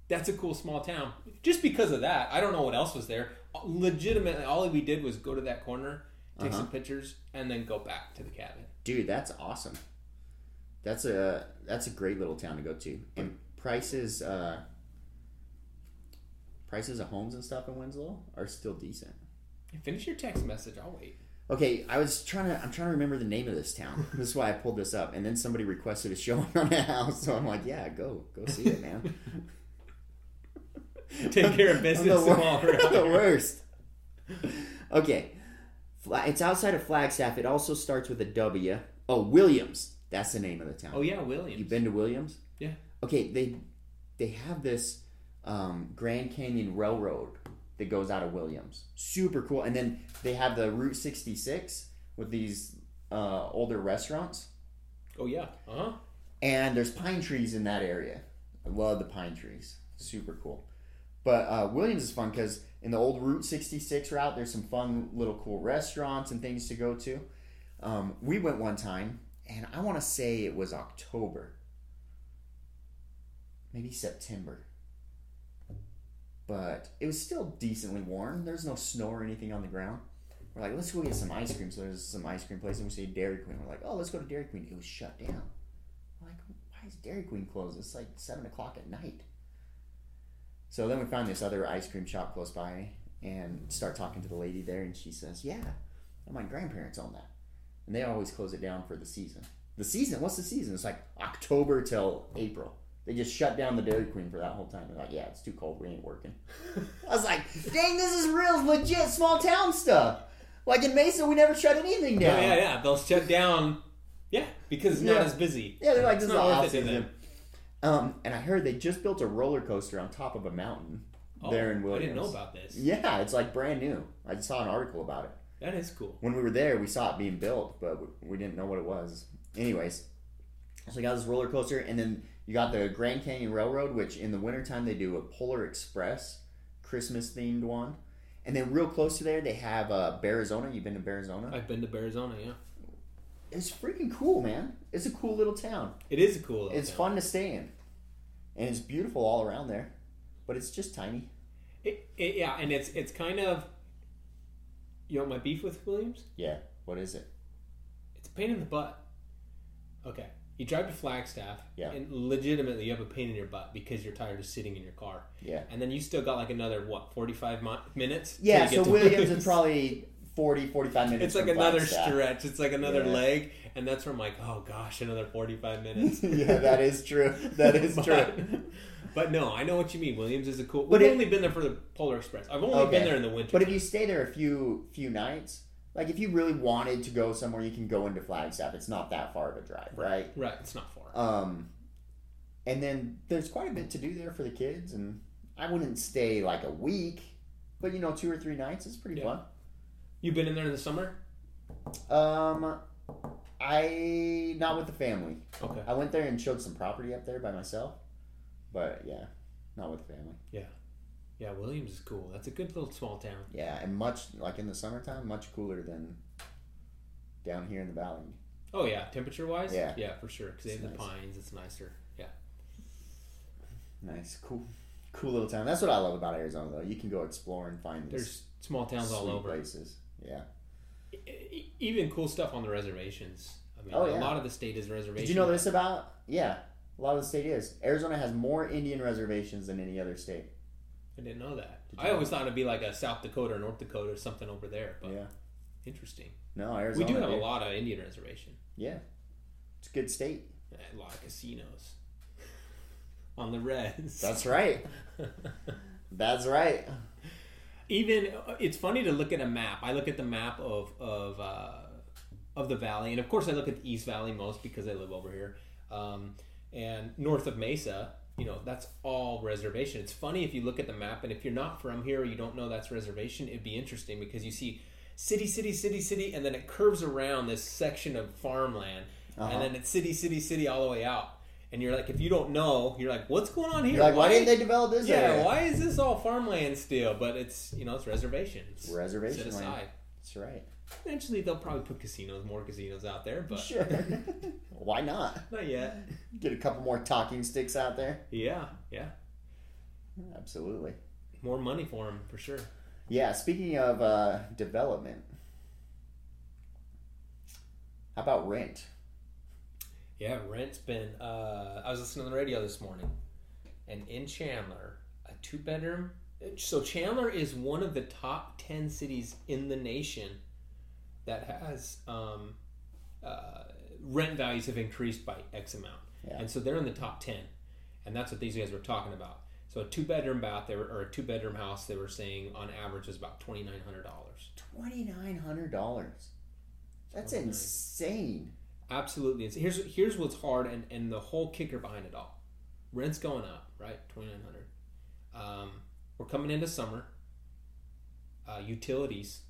Speaker 2: that's a cool small town. Just because of that, I don't know what else was there. Legitimately, all we did was go to that corner, take
Speaker 1: Uh-huh.
Speaker 2: some pictures, and then go back to the cabin.
Speaker 1: Dude, that's awesome. That's a that's a great little town to go to. And prices uh prices of homes and stuff in Winslow are still decent.
Speaker 2: Finish your text message. I'll wait.
Speaker 1: Okay, I was trying to I'm trying to remember the name of this town. this is why I pulled this up. And then somebody requested a showing on a house, so I'm like, yeah, go go see it, man.
Speaker 2: Take care of
Speaker 1: I'm the,
Speaker 2: business
Speaker 1: wor- the
Speaker 2: tomorrow.
Speaker 1: worst. Okay. Fla- It's outside of Flagstaff. It also starts with a W. Oh, Williams. That's the name of the town.
Speaker 2: oh yeah, Williams.
Speaker 1: You've been to Williams?
Speaker 2: Yeah.
Speaker 1: Okay, they they have this um, Grand Canyon Railroad that goes out of Williams. Super cool. And then they have the Route 66 with these uh, older restaurants.
Speaker 2: Oh yeah. Uh huh.
Speaker 1: And there's pine trees in that area. I love the pine trees. Super cool. But uh, Williams is fun because in the old Route 66 route, there's some fun little cool restaurants and things to go to. Um, we went one time, and I want to say it was October, maybe September. But it was still decently warm. There's no snow or anything on the ground. We're We're like, let's go get some ice cream. So there's some ice cream place, and we see Dairy Queen. We're like, oh, let's go to Dairy Queen. It was shut down. We're like, why is Dairy Queen closed? It's like seven o'clock at night. So then we found this other ice cream shop close by, and start talking to the lady there, and she says, yeah, my grandparents own that, and they always close it down for the season. The season? What's the season? It's like October till April. They just shut down the Dairy Queen for that whole time. They're like, yeah, it's too cold. We ain't working. I was like, dang, this is real legit small town stuff. Like in Mesa, we never shut anything down.
Speaker 2: Oh, yeah, yeah. They'll shut down. Yeah, because it's not
Speaker 1: Yeah.
Speaker 2: as busy.
Speaker 1: Yeah, they're like,
Speaker 2: It's
Speaker 1: this is
Speaker 2: not
Speaker 1: the
Speaker 2: worth
Speaker 1: off
Speaker 2: it to
Speaker 1: season.
Speaker 2: them.
Speaker 1: Um, and I heard they just built a roller coaster on top of a mountain
Speaker 2: Oh,
Speaker 1: there in
Speaker 2: I
Speaker 1: Williams.
Speaker 2: didn't know about this.
Speaker 1: Yeah, it's like brand new. I saw an article about it.
Speaker 2: That is cool.
Speaker 1: When we were there, we saw it being built, but we- we didn't know what it was. Anyways, so we got this roller coaster, and then you got the Grand Canyon Railroad, which in the wintertime they do a Polar Express Christmas themed one. And then real close to there, they have uh, Arizona. You've been to Arizona?
Speaker 2: I've been to Arizona. Yeah,
Speaker 1: It's freaking cool, man. It's a cool little town.
Speaker 2: it is a cool. little
Speaker 1: It's
Speaker 2: town.
Speaker 1: fun to stay in, and it's beautiful all around there, but it's just tiny.
Speaker 2: It, it, yeah, and it's it's kind of. You know my beef with Williams?
Speaker 1: Yeah. What is it?
Speaker 2: It's a pain in the butt. Okay, you drive to Flagstaff,
Speaker 1: Yeah.
Speaker 2: and legitimately you have a pain in your butt because you're tired of sitting in your car,
Speaker 1: Yeah.
Speaker 2: and then you still got like another what forty five mi- minutes. till
Speaker 1: Yeah.
Speaker 2: you get
Speaker 1: So
Speaker 2: to
Speaker 1: Williams is probably 40, 45 minutes.
Speaker 2: It's like
Speaker 1: from
Speaker 2: another
Speaker 1: Flagstaff.
Speaker 2: stretch. It's like another
Speaker 1: Yeah.
Speaker 2: leg, and that's where I'm like, oh gosh, another forty five minutes.
Speaker 1: yeah, that is true. That is
Speaker 2: but,
Speaker 1: true.
Speaker 2: But no, I know what you mean. Williams is a cool.
Speaker 1: But
Speaker 2: We've
Speaker 1: it-
Speaker 2: only been there for the Polar Express. I've only
Speaker 1: Okay.
Speaker 2: been there in the winter.
Speaker 1: But if you stay there a few few nights, like if you really wanted to go somewhere, you can go into Flagstaff. It's not that far of a drive, right?
Speaker 2: right, it's not far.
Speaker 1: Um, and then there's quite a bit to do there for the kids, and I wouldn't stay like a week, but you know, two or three nights is pretty
Speaker 2: Yeah.
Speaker 1: fun.
Speaker 2: You've been in there in the summer?
Speaker 1: Um, I not with the family.
Speaker 2: Okay.
Speaker 1: I went there and showed some property up there by myself, but yeah, not with the family.
Speaker 2: Yeah, Williams is cool. That's a good little small town.
Speaker 1: Yeah, and much like in the summertime, much cooler than down here in the valley.
Speaker 2: Oh yeah, temperature wise.
Speaker 1: Yeah.
Speaker 2: yeah, for sure. Because they
Speaker 1: It's
Speaker 2: have the
Speaker 1: nice.
Speaker 2: pines, it's nicer. Yeah,
Speaker 1: Nice, cool, cool little town. That's what I love about Arizona, though. You can go explore and find
Speaker 2: there's
Speaker 1: these
Speaker 2: small towns all
Speaker 1: sweet
Speaker 2: over.
Speaker 1: places. Yeah.
Speaker 2: E- e- Even cool stuff on the reservations. I mean,
Speaker 1: Oh,
Speaker 2: a
Speaker 1: yeah.
Speaker 2: lot of the state is reservation.
Speaker 1: Did you know this about? Yeah, a lot of the state is Arizona has more Indian reservations than any other state.
Speaker 2: I didn't know that.
Speaker 1: Did you
Speaker 2: I
Speaker 1: know
Speaker 2: always thought it'd be like a South Dakota or North Dakota or something over there. But
Speaker 1: Yeah.
Speaker 2: interesting.
Speaker 1: No, Arizona.
Speaker 2: we do have
Speaker 1: dude.
Speaker 2: a lot of Indian reservation.
Speaker 1: Yeah, it's a good state.
Speaker 2: A lot of casinos on the res.
Speaker 1: That's right. That's right.
Speaker 2: Even uh, it's funny to look at a map. I look at the map of of uh, of the valley, and of course I look at the East Valley most because I live over here. Um, and north of Mesa, you know, that's all reservation. It's funny if you look at the map, and if you're not from here or you don't know that's reservation, it'd be interesting because you see city, city, city, city, and then it curves around this section of farmland,
Speaker 1: Uh-huh.
Speaker 2: and then it's city, city, city all the way out. And you're like, if you don't know, you're like, what's going on here?
Speaker 1: You're like, why didn't they develop this?
Speaker 2: Yeah,
Speaker 1: area?
Speaker 2: why is this all farmland still? But it's you know it's reservations. Set
Speaker 1: Reservation land.
Speaker 2: aside.
Speaker 1: That's right.
Speaker 2: Eventually they'll probably put casinos, more casinos out there, but
Speaker 1: Sure. why not?
Speaker 2: not yet.
Speaker 1: Get a couple more talking sticks out there.
Speaker 2: Yeah, yeah,
Speaker 1: Absolutely.
Speaker 2: more money for them for sure.
Speaker 1: Yeah. Speaking of uh, development, how about rent?
Speaker 2: Yeah, rent's been. Uh, I was listening to the radio this morning, and in Chandler, a two bedroom. So Chandler is one of the top ten cities in the nation that has um, uh, rent values have increased by X amount,
Speaker 1: Yeah.
Speaker 2: and so they're in the top ten, and that's what these guys were talking about. So a two bedroom bath, they were, or a two bedroom house, they were saying on average is about twenty nine hundred dollars.
Speaker 1: Twenty nine hundred dollars. That's
Speaker 2: Twenty nine.
Speaker 1: insane.
Speaker 2: Absolutely. And so here's here's what's hard and, and the whole kicker behind it all. Rent's going up, right? Twenty nine hundred. Um, we're coming into summer. Uh, utilities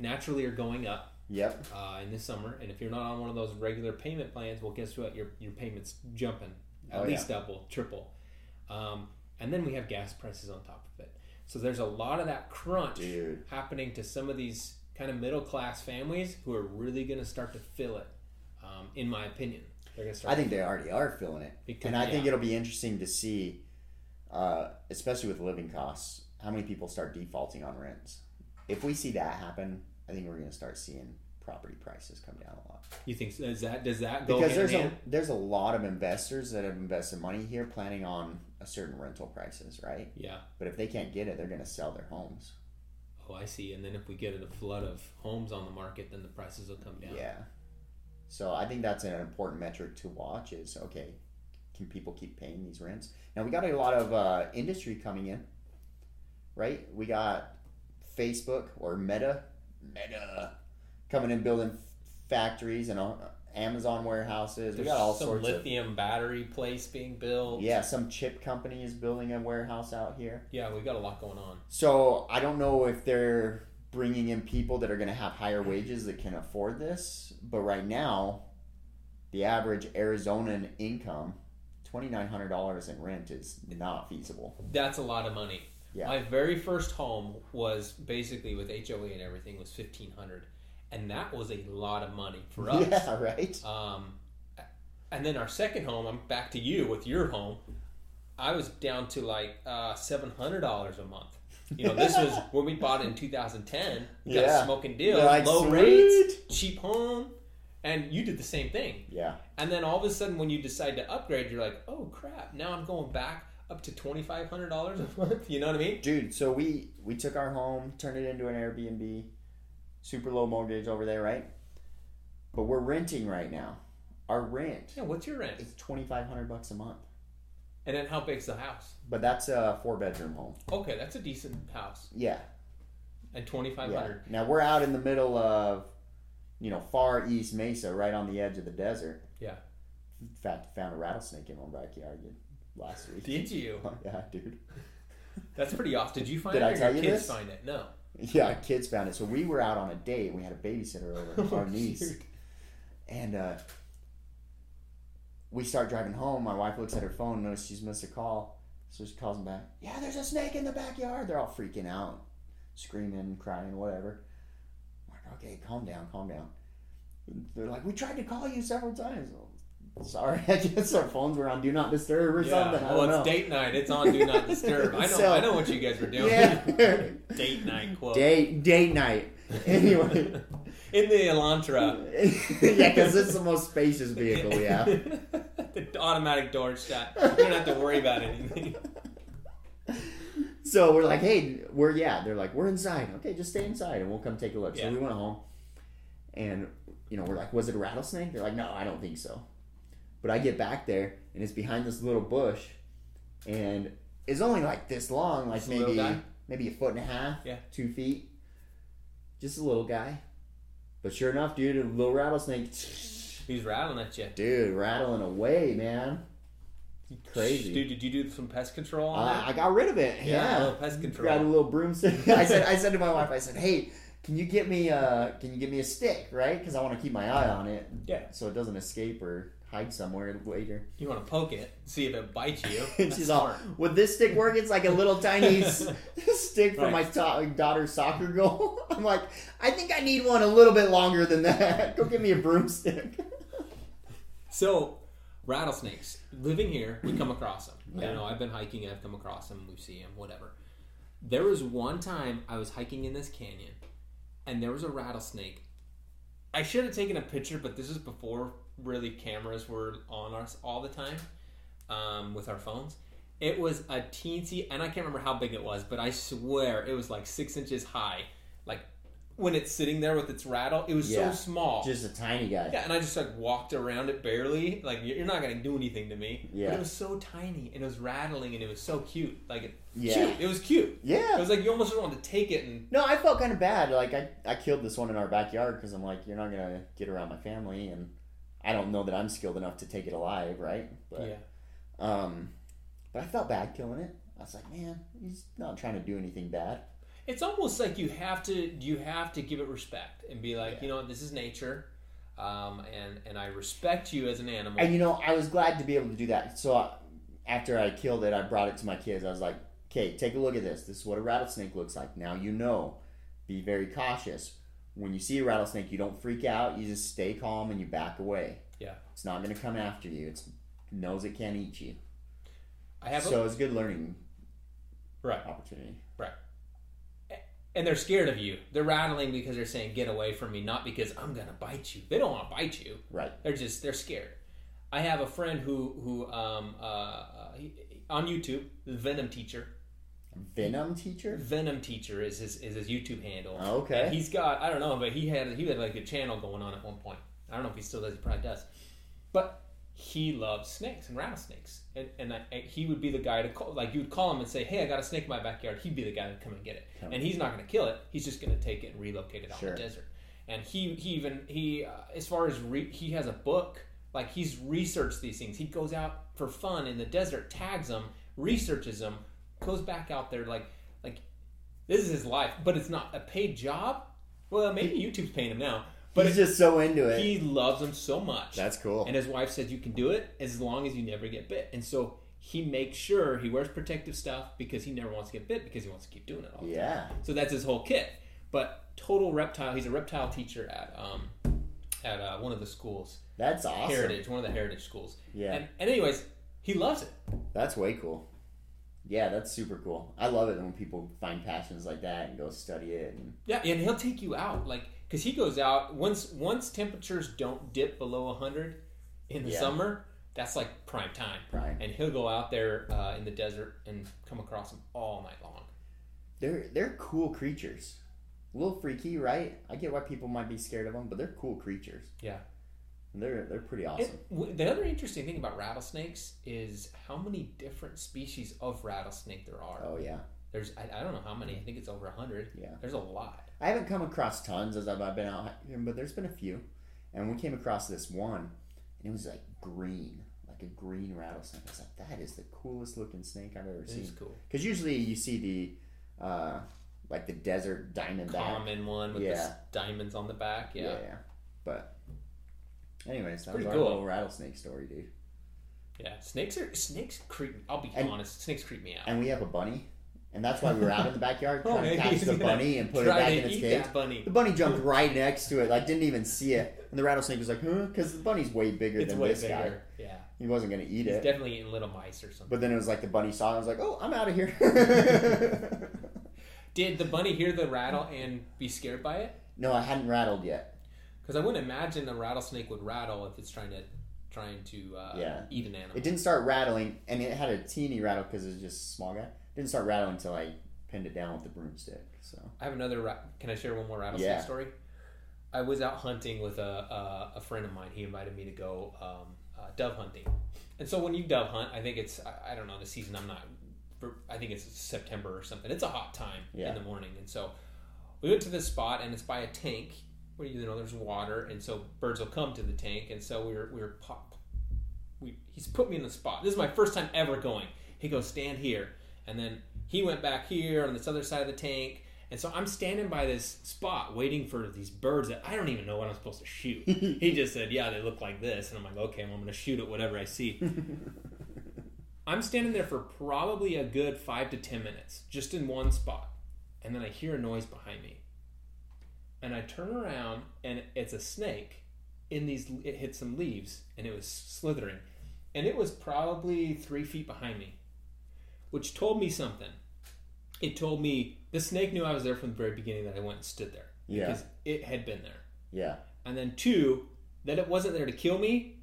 Speaker 2: naturally are going up
Speaker 1: Yep.
Speaker 2: uh, in this summer, and if you're not on one of those regular payment plans, well, guess what? Your your payments jumping at
Speaker 1: Oh,
Speaker 2: least double, triple. Um, and then we have gas prices on top of it. So there's a lot of that crunch
Speaker 1: Dude.
Speaker 2: happening to some of these kind of middle class families who are really going to start to feel it. Um, in my opinion, they're going to start.
Speaker 1: I think they already are feeling it.
Speaker 2: because,
Speaker 1: And I
Speaker 2: yeah.
Speaker 1: think it'll be interesting to see, uh, especially with living costs, how many people start defaulting on rents. if we see that happen, I think we're going to start seeing property prices come down a lot
Speaker 2: You think so? Is that does that go
Speaker 1: because
Speaker 2: hand
Speaker 1: there's
Speaker 2: in hand?
Speaker 1: a there's a lot of investors that have invested money here planning on a certain rental prices, right?
Speaker 2: yeah.
Speaker 1: But if they can't get it, they're going to sell their homes.
Speaker 2: Oh, I see. And then if we get a flood of homes on the market, then the prices will come
Speaker 1: Yeah.
Speaker 2: down.
Speaker 1: So I think that's an important metric to watch is okay, can people keep paying these rents? Now we got a lot of uh, industry coming in, right? We got Facebook or Meta, Meta coming in building f- factories and uh, Amazon warehouses. we
Speaker 2: There's
Speaker 1: got all
Speaker 2: some
Speaker 1: sorts of
Speaker 2: lithium battery place being built.
Speaker 1: yeah. Some chip company is building a warehouse out here.
Speaker 2: Yeah, we got a lot going on.
Speaker 1: So I don't know if they're bringing in people that are going to have higher wages that can afford this, but right now, the average Arizonan income, twenty nine hundred dollars in rent is not feasible.
Speaker 2: That's a lot of money.
Speaker 1: Yeah.
Speaker 2: My very first home was basically with HOA and everything was fifteen hundred, and that was a lot of money for us.
Speaker 1: Yeah, right.
Speaker 2: Um, and then our second home, I'm back to you with your home. I was down to like uh, seven hundred dollars a month. You know, this was when we bought in 2010. We got
Speaker 1: Yeah.
Speaker 2: a smoking deal,
Speaker 1: You're like,
Speaker 2: low
Speaker 1: "Sweet."
Speaker 2: rates, cheap home, and you did the same thing.
Speaker 1: Yeah,
Speaker 2: And then all of a sudden, when you decide to upgrade, you're like, oh crap! Now I'm going back up to twenty five hundred dollars a month. You know what I mean?
Speaker 1: dude. So we we took our home, turned it into an Airbnb, super low mortgage over there, right? But we're renting right now. Our rent
Speaker 2: Yeah. What's your rent?
Speaker 1: is twenty five hundred bucks a month,
Speaker 2: And then how big's the house?
Speaker 1: but that's a four bedroom home.
Speaker 2: Okay, that's a decent house.
Speaker 1: Yeah,
Speaker 2: And twenty five
Speaker 1: Yeah.
Speaker 2: hundred.
Speaker 1: Now we're out in the middle of, you know, far east Mesa, right on the edge of the desert.
Speaker 2: Yeah.
Speaker 1: In fact, found a rattlesnake in my backyard last week.
Speaker 2: Did you?
Speaker 1: yeah, dude.
Speaker 2: That's pretty off. Did you find
Speaker 1: Did
Speaker 2: it?
Speaker 1: I
Speaker 2: or
Speaker 1: tell
Speaker 2: your
Speaker 1: you
Speaker 2: kids
Speaker 1: this?
Speaker 2: find it? No.
Speaker 1: Yeah, kids found it. So we were out on a date. and We had a babysitter
Speaker 2: Oh,
Speaker 1: over, our niece,
Speaker 2: Shoot.
Speaker 1: and uh, we start driving home. My wife looks at her phone, knows she's missed a call, so she calls them back. Yeah, there's a snake in the backyard. They're all freaking out, screaming, crying, whatever. I'm like, okay, calm down, calm down. They're like, we tried to call you several times. Well, Sorry, I guess our phones were on do not disturb or
Speaker 2: Yeah.
Speaker 1: something. I
Speaker 2: Well,
Speaker 1: don't
Speaker 2: it's
Speaker 1: know.
Speaker 2: date night. It's on Do Not Disturb. I know.
Speaker 1: So-
Speaker 2: I know what you guys were doing.
Speaker 1: Yeah.
Speaker 2: date night quote.
Speaker 1: date date night. Anyway.
Speaker 2: In the Elantra.
Speaker 1: yeah, because it's the most spacious vehicle we have.
Speaker 2: the automatic door shut. You don't have to worry about anything.
Speaker 1: So we're like, hey, we're yeah. They're like, we're inside. Okay, just stay inside, and we'll come take a look.
Speaker 2: Yeah.
Speaker 1: So we went home, and you know, we're like, was it a rattlesnake? They're like, no, I don't think so. But I get back there, and it's behind this little bush, and it's only like this long, like
Speaker 2: Just a little
Speaker 1: maybe
Speaker 2: guy?
Speaker 1: maybe a foot and a half,
Speaker 2: Yeah.
Speaker 1: two feet, just a little guy. But sure enough, dude, a little rattlesnake,
Speaker 2: He's rattling at you.
Speaker 1: dude, rattling away, man. Crazy. Ah.
Speaker 2: Dude, did you do some pest control on
Speaker 1: I, I got rid of it.
Speaker 2: Yeah,
Speaker 1: Yeah,
Speaker 2: a little pest control.
Speaker 1: Grabbed a little broomstick. I said, I said to my wife, I said, hey, can you get me a can you get me a stick, right? Because I want to keep my eye on it.
Speaker 2: Yeah.
Speaker 1: So it doesn't escape or hide somewhere later.
Speaker 2: that? You want to poke it, see if it bites you.
Speaker 1: And
Speaker 2: That's
Speaker 1: she's all,
Speaker 2: smart.
Speaker 1: would this stick work? It's like a little tiny s- stick for
Speaker 2: Right.
Speaker 1: my to- daughter's soccer goal. I'm like, I think I need one a little bit longer than that. Go get me a broomstick.
Speaker 2: So, rattlesnakes. Living here, we come across them.
Speaker 1: Yeah.
Speaker 2: You know, I've been hiking, I've come across them, we see them, whatever. There was one time I was hiking in this canyon, and there was a rattlesnake. I should have taken a picture, but this is before really cameras were on us all the time um, with our phones. It was a teensy, and I can't remember how big it was, but I swear it was like six inches high. Like when it's sitting there with its rattle, it was
Speaker 1: Yeah.
Speaker 2: so small.
Speaker 1: Just a tiny guy.
Speaker 2: Yeah, and I just like walked around it barely. Like you're you're not gonna do anything to me.
Speaker 1: Yeah.
Speaker 2: But it was so tiny and it was rattling and it was so cute. Like it,
Speaker 1: Yeah.
Speaker 2: cute. It was cute.
Speaker 1: Yeah.
Speaker 2: It was like you almost just wanted to take it and
Speaker 1: No, I felt kind of bad. Like I, I killed this one in our backyard because I'm like, you're not gonna get around my family, and I don't know that I'm skilled enough to take it alive, right? But um, but I felt bad killing it. I was like, man, he's not trying to do anything bad.
Speaker 2: It's almost like you have to you have to give it respect and be like,
Speaker 1: Yeah.
Speaker 2: you know, what, this is nature. Um, and and I respect you as an animal.
Speaker 1: And you know, I was glad to be able to do that. So I, after I killed it, I brought it to my kids. I was like, okay, take a look at this. This is what a rattlesnake looks like. Now you know. Be very cautious. When you see a rattlesnake, you don't freak out. You just stay calm and you back away.
Speaker 2: Yeah.
Speaker 1: It's not going to come after you. It's knows it can't eat you.
Speaker 2: I have
Speaker 1: so it's a good learning
Speaker 2: a right.
Speaker 1: opportunity.
Speaker 2: and they're scared of you. They're rattling because they're saying "get away from me," not because I'm gonna bite you. They don't want to bite you.
Speaker 1: Right.
Speaker 2: They're just they're scared. I have a friend who who um, uh, uh, he- on YouTube, the Venom Teacher.
Speaker 1: Venom teacher? Oh,
Speaker 2: Venom Teacher is his is his YouTube handle.
Speaker 1: Okay.
Speaker 2: And he's got I don't know, but he had he had like a channel going on at one point. I don't know if he still does. He probably does. But he loves snakes and rattlesnakes, and and, I, and he would be the guy to call. Like you would call him and say, "Hey, I got a snake in my backyard." He'd be the guy to come and get it.
Speaker 1: Come.
Speaker 2: And he's not going to kill it. He's just going to take it and relocate it out
Speaker 1: Sure.
Speaker 2: in the desert. And he he even he uh, as far as re- he has a book. Like he's researched these things. He goes out for fun in the desert, tags them, researches them, goes back out there like like this is his life, but it's not a paid job. Well, maybe YouTube's paying him now,
Speaker 1: But
Speaker 2: but
Speaker 1: he's just so into it.
Speaker 2: he loves them so much.
Speaker 1: That's cool.
Speaker 2: and his wife says you can do it as long as you never get bit. And so he makes sure he wears protective stuff because he never wants to get bit because he wants to keep doing it all.
Speaker 1: yeah.
Speaker 2: So that's his whole kit. But total reptile. He's a reptile teacher at um at uh, one of the schools,
Speaker 1: That's awesome.
Speaker 2: heritage, one of the heritage schools.
Speaker 1: Yeah.
Speaker 2: And, and anyways, he loves it.
Speaker 1: That's way cool. Yeah, that's super cool. I love it when people find passions like that and go study it. And
Speaker 2: Yeah, and he'll take you out, like, because he goes out once once temperatures don't dip below hundred in the
Speaker 1: Yeah.
Speaker 2: summer. That's like prime time,
Speaker 1: Prime.
Speaker 2: and he'll go out there uh, in the desert and come across them all night long.
Speaker 1: they're they're cool creatures. A little freaky, right? I get why people might be scared of them, but they're cool creatures.
Speaker 2: Yeah.
Speaker 1: And they're they're pretty
Speaker 2: And
Speaker 1: awesome.
Speaker 2: w- the other interesting thing about rattlesnakes is how many different species of rattlesnake there are.
Speaker 1: oh yeah,
Speaker 2: There's I, I don't know how many. I think it's over hundred.
Speaker 1: yeah.
Speaker 2: There's a lot.
Speaker 1: I haven't come across tons as I've I've been out hiking, but there's been a few. And we came across this one, and it was like green, like a green rattlesnake. I was like, that is the coolest looking snake I've ever
Speaker 2: This
Speaker 1: seen.
Speaker 2: is cool.
Speaker 1: Because usually you see the, uh, like the desert diamondback.
Speaker 2: Common one with the
Speaker 1: Yeah.
Speaker 2: s- diamonds on the back.
Speaker 1: yeah.
Speaker 2: Yeah.
Speaker 1: yeah. But, anyways, that
Speaker 2: Pretty
Speaker 1: was our
Speaker 2: cool.
Speaker 1: little rattlesnake story, dude.
Speaker 2: Yeah. Snakes are snakes creep. I'll be
Speaker 1: And-
Speaker 2: honest. Snakes creep me out.
Speaker 1: And we have a bunny, and that's why we were out in the backyard
Speaker 2: Oh,
Speaker 1: trying to
Speaker 2: maybe
Speaker 1: catch
Speaker 2: he's
Speaker 1: the
Speaker 2: gonna
Speaker 1: bunny and put it
Speaker 2: Try
Speaker 1: back
Speaker 2: to
Speaker 1: in its
Speaker 2: eat
Speaker 1: cage.
Speaker 2: that bunny.
Speaker 1: The bunny jumped right next to it, like didn't even see it, and the rattlesnake was like, "Huh?" Because the bunny's way bigger
Speaker 2: It's
Speaker 1: than
Speaker 2: way
Speaker 1: this
Speaker 2: bigger.
Speaker 1: guy.
Speaker 2: Yeah,
Speaker 1: He wasn't gonna eat
Speaker 2: he's
Speaker 1: it.
Speaker 2: definitely eating little mice or something.
Speaker 1: But then it was like the bunny saw it and was like, oh, I'm out of here.
Speaker 2: Did the bunny hear the rattle and be scared by it?
Speaker 1: no, I hadn't rattled yet.
Speaker 2: Because I wouldn't imagine a rattlesnake would rattle if it's trying to trying to uh,
Speaker 1: Yeah.
Speaker 2: eat an animal.
Speaker 1: It didn't start rattling, and it had a teeny rattle because it was just a small guy. didn't start rattling until I pinned it down with the broomstick. So
Speaker 2: I have another. Ra- Can I share one more rattlesnake
Speaker 1: Yeah.
Speaker 2: story? I was out hunting with a, a a friend of mine. He invited me to go um, uh, dove hunting, and so when you dove hunt, I think it's I, I don't know the season. I'm not. I think it's September or something. It's a hot time
Speaker 1: Yeah.
Speaker 2: in the morning, and so we went to this spot, and it's by a tank where you know there's water, and so birds will come to the tank, and so we were we were pop. We, he's put me in the spot. This is my first time ever going. He goes stand here, and then he went back here on this other side of the tank, and so I'm standing by this spot waiting for these birds that I don't even know what I'm supposed to shoot. he just said, Yeah, they look like this. And I'm like, Okay, well, I'm going to shoot at whatever I see. I'm standing there for probably a good five to 10 minutes, just in one spot. And then I hear a noise behind me. And I turn around, and it's a snake. In these, it hit some leaves, and it was slithering. And it was probably three feet behind me, which told me something it told me the snake knew I was there from the very beginning that I went and stood there
Speaker 1: Yeah.
Speaker 2: because it had been there.
Speaker 1: yeah,
Speaker 2: And then two, that it wasn't there to kill me.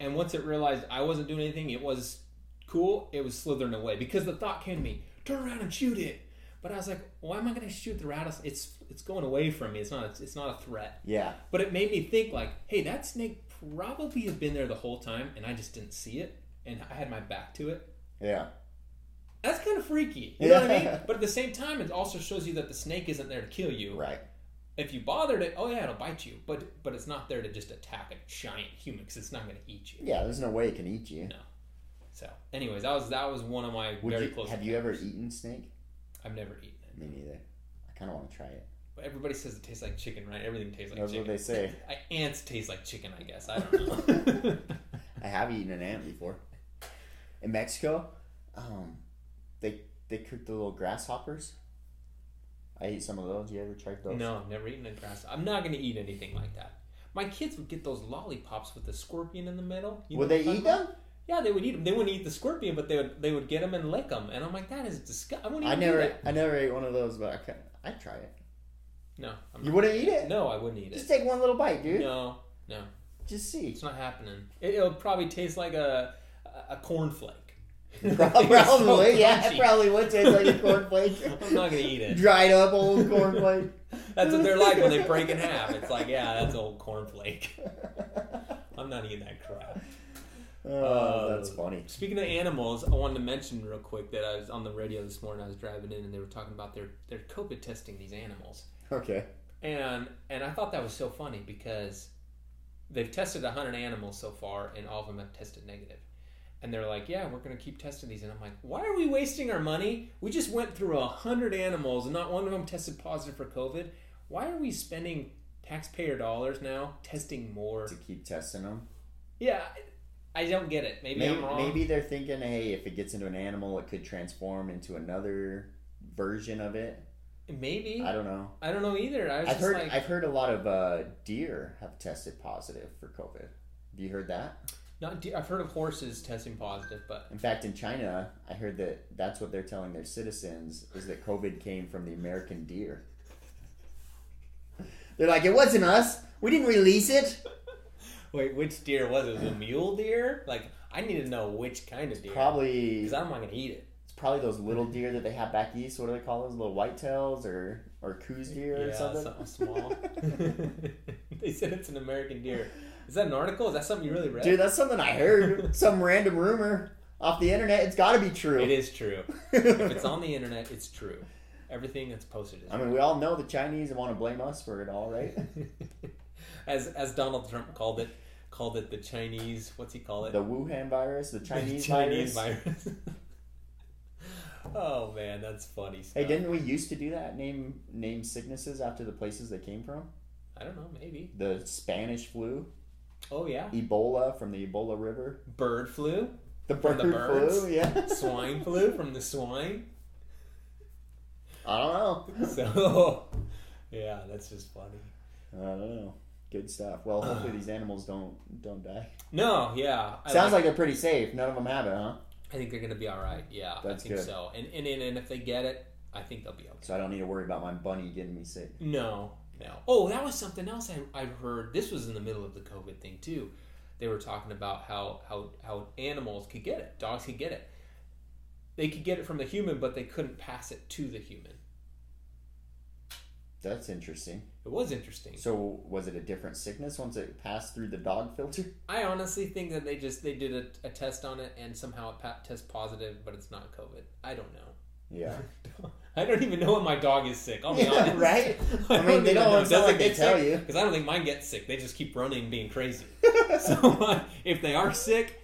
Speaker 2: And once it realized I wasn't doing anything, it was cool. It was slithering away because the thought came to me, turn around and shoot it. But I was like, why am I going to shoot the rattlesnake? It's it's going away from me. It's not it's not a threat.
Speaker 1: yeah,
Speaker 2: But it made me think like, hey, that snake probably had been there the whole time, and I just didn't see it, and I had my back to it
Speaker 1: yeah.
Speaker 2: that's kind of freaky. You know what I mean?
Speaker 1: Yeah.
Speaker 2: But at the same time, it also shows you that the snake isn't there to kill you.
Speaker 1: Right.
Speaker 2: If you bothered it, oh yeah, it'll bite you. But but it's not there to just attack a giant human because it's not going to eat you.
Speaker 1: Yeah, there's no way it can eat you.
Speaker 2: No. So, anyways, that was that was one of my
Speaker 1: Would
Speaker 2: very
Speaker 1: you
Speaker 2: close.
Speaker 1: have you ever
Speaker 2: encounters.
Speaker 1: eaten snake?
Speaker 2: I've never eaten it.
Speaker 1: Me neither. I kind of want to try it.
Speaker 2: But everybody says it tastes like chicken, right? Everything tastes like
Speaker 1: That's
Speaker 2: chicken.
Speaker 1: what they say.
Speaker 2: I, ants taste like chicken, I guess. I don't know.
Speaker 1: I have eaten an ant before. In Mexico, um, they they cook the little grasshoppers. I ate some of those. You ever tried those?
Speaker 2: no, I've never eaten a grass. I'm not going to eat anything like that. My kids would get those lollipops with the scorpion in the middle. You know
Speaker 1: Would
Speaker 2: what
Speaker 1: they
Speaker 2: I'm talking
Speaker 1: eat
Speaker 2: about?
Speaker 1: them?
Speaker 2: Yeah, they would eat them. They wouldn't eat the scorpion, but they would they would get them and lick them. And I'm like, that is disgusting. I wouldn't
Speaker 1: I
Speaker 2: even do
Speaker 1: never
Speaker 2: that.
Speaker 1: I never ate one of those, but I, ca- I'd try it.
Speaker 2: No, I'm
Speaker 1: You
Speaker 2: not.
Speaker 1: wouldn't eat it?
Speaker 2: No, I wouldn't eat
Speaker 1: Just
Speaker 2: it.
Speaker 1: take one little bite, dude.
Speaker 2: No, no,
Speaker 1: Just see.
Speaker 2: it's not happening. It, it'll probably taste like a a cornflake.
Speaker 1: Probably,
Speaker 2: It's so
Speaker 1: yeah, it
Speaker 2: crunchy.
Speaker 1: probably would taste like a cornflake.
Speaker 2: I'm not gonna eat it.
Speaker 1: Dried up old cornflake.
Speaker 2: That's what they're like when they break in half. It's like, yeah, that's old cornflake. I'm not eating that crap.
Speaker 1: oh, that's
Speaker 2: Uh,
Speaker 1: funny.
Speaker 2: Speaking of animals, I wanted to mention real quick that I was on the radio this morning. I was driving in, and they were talking about their their COVID testing these animals,
Speaker 1: Okay.
Speaker 2: and and I thought that was so funny because they've tested hundred animals so far, and all of them have tested negative. And they're like, "Yeah, we're going to keep testing these." And I'm like, "Why are we wasting our money? We just went through hundred animals, and not one of them tested positive for COVID. Why are we spending taxpayer dollars now testing more?"
Speaker 1: To keep testing them.
Speaker 2: Yeah, I I don't get it. Maybe,
Speaker 1: Maybe,
Speaker 2: I'm wrong.
Speaker 1: maybe they're thinking, hey, if it gets into an animal, it could transform into another version of it.
Speaker 2: maybe
Speaker 1: I don't know.
Speaker 2: I don't know either. I was
Speaker 1: I've
Speaker 2: just
Speaker 1: heard
Speaker 2: like,
Speaker 1: I've heard a lot of uh, deer have tested positive for COVID. Have you heard that?
Speaker 2: not de- I've heard of horses testing positive, but
Speaker 1: In fact, in China, I heard that that's what they're telling their citizens is that COVID came from the American deer. They're like, it wasn't us. We didn't release it.
Speaker 2: wait, which deer was it? Was it a mule deer? Like, I need to know which kind of deer
Speaker 1: Probably,
Speaker 2: because I'm not gonna eat it.
Speaker 1: it's probably those little deer that they have back east. What do they call those? Little whitetails or or coos deer or
Speaker 2: yeah,
Speaker 1: something.
Speaker 2: small. they said it's an American deer. Is that an article? Is that something you really read?
Speaker 1: Dude, that's something I heard. Some random rumor off the internet. It's got to be true.
Speaker 2: it is true. if it's on the internet, it's true. Everything that's posted is.
Speaker 1: I mean, we all know the Chinese want to blame us for it all, right?
Speaker 2: as as Donald Trump called it, called it the Chinese. What's he call it?
Speaker 1: The Wuhan virus, the Chinese, virus.
Speaker 2: virus. oh man, that's funny. Stuff.
Speaker 1: Hey, didn't we used to do that? Name name sicknesses after the places they came from.
Speaker 2: I don't know, maybe.
Speaker 1: The Spanish flu,
Speaker 2: Oh yeah,
Speaker 1: Ebola from the Ebola River,
Speaker 2: bird flu,
Speaker 1: the
Speaker 2: From
Speaker 1: bird
Speaker 2: the birds?
Speaker 1: flu. Yeah,
Speaker 2: swine flu from the swine.
Speaker 1: I don't know.
Speaker 2: So, yeah, that's just funny.
Speaker 1: I don't know. Good stuff. Well, hopefully these animals don't don't die.
Speaker 2: No, yeah, I
Speaker 1: Sounds like they're pretty safe. None of them have it, huh?
Speaker 2: I think they're gonna be all right. Yeah,
Speaker 1: That's
Speaker 2: I think
Speaker 1: good.
Speaker 2: so. And, and and and if they get it, I think they'll be okay.
Speaker 1: So I don't need to worry about my bunny getting me sick.
Speaker 2: No, no. Oh, that was something else I, I heard. This was in the middle of the COVID thing too. They were talking about how how how animals could get it. Dogs could get it. They could get it from the human, but they couldn't pass it to the human.
Speaker 1: That's interesting.
Speaker 2: It was interesting.
Speaker 1: So was it a different sickness once it passed through the dog filter?
Speaker 2: I honestly think that they just they did a, a test on it and somehow it pa- test positive, but it's not COVID. I don't know.
Speaker 1: Yeah.
Speaker 2: I don't even know when my dog is sick. I'll be
Speaker 1: Yeah,
Speaker 2: honest,
Speaker 1: right? I mean, they don't- it's not like they tell you.
Speaker 2: because I don't think mine gets sick. They just keep running, and being crazy. so uh, if they are sick,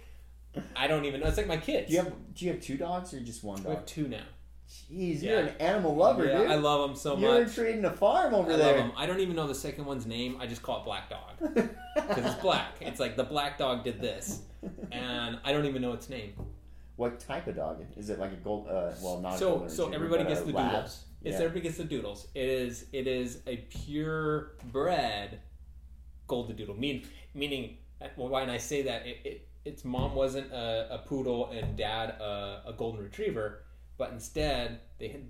Speaker 2: I don't even know. It's like my kids.
Speaker 1: Do you have do you have two dogs or just one
Speaker 2: we have
Speaker 1: dog?
Speaker 2: two now.
Speaker 1: Jeez,
Speaker 2: Yeah.
Speaker 1: you're an animal lover,
Speaker 2: yeah,
Speaker 1: dude.
Speaker 2: I love them so
Speaker 1: you're
Speaker 2: much.
Speaker 1: treating a farm over
Speaker 2: I love
Speaker 1: there.
Speaker 2: them. I don't even know the second one's name. I just call it Black Dog because it's black. It's like the black dog did this, and I don't even know its name.
Speaker 1: What type of dog is it? Like a gold? Uh, well, not a
Speaker 2: so
Speaker 1: golden
Speaker 2: so
Speaker 1: retriever,
Speaker 2: everybody
Speaker 1: but
Speaker 2: gets
Speaker 1: a
Speaker 2: the
Speaker 1: lab.
Speaker 2: doodles. It's
Speaker 1: Yeah.
Speaker 2: everybody gets the doodles. It is it is a pure bred golden doodle. Mean meaning uh, well, when I say that it, it its mom wasn't a, a poodle and dad a, a golden retriever, but instead they had,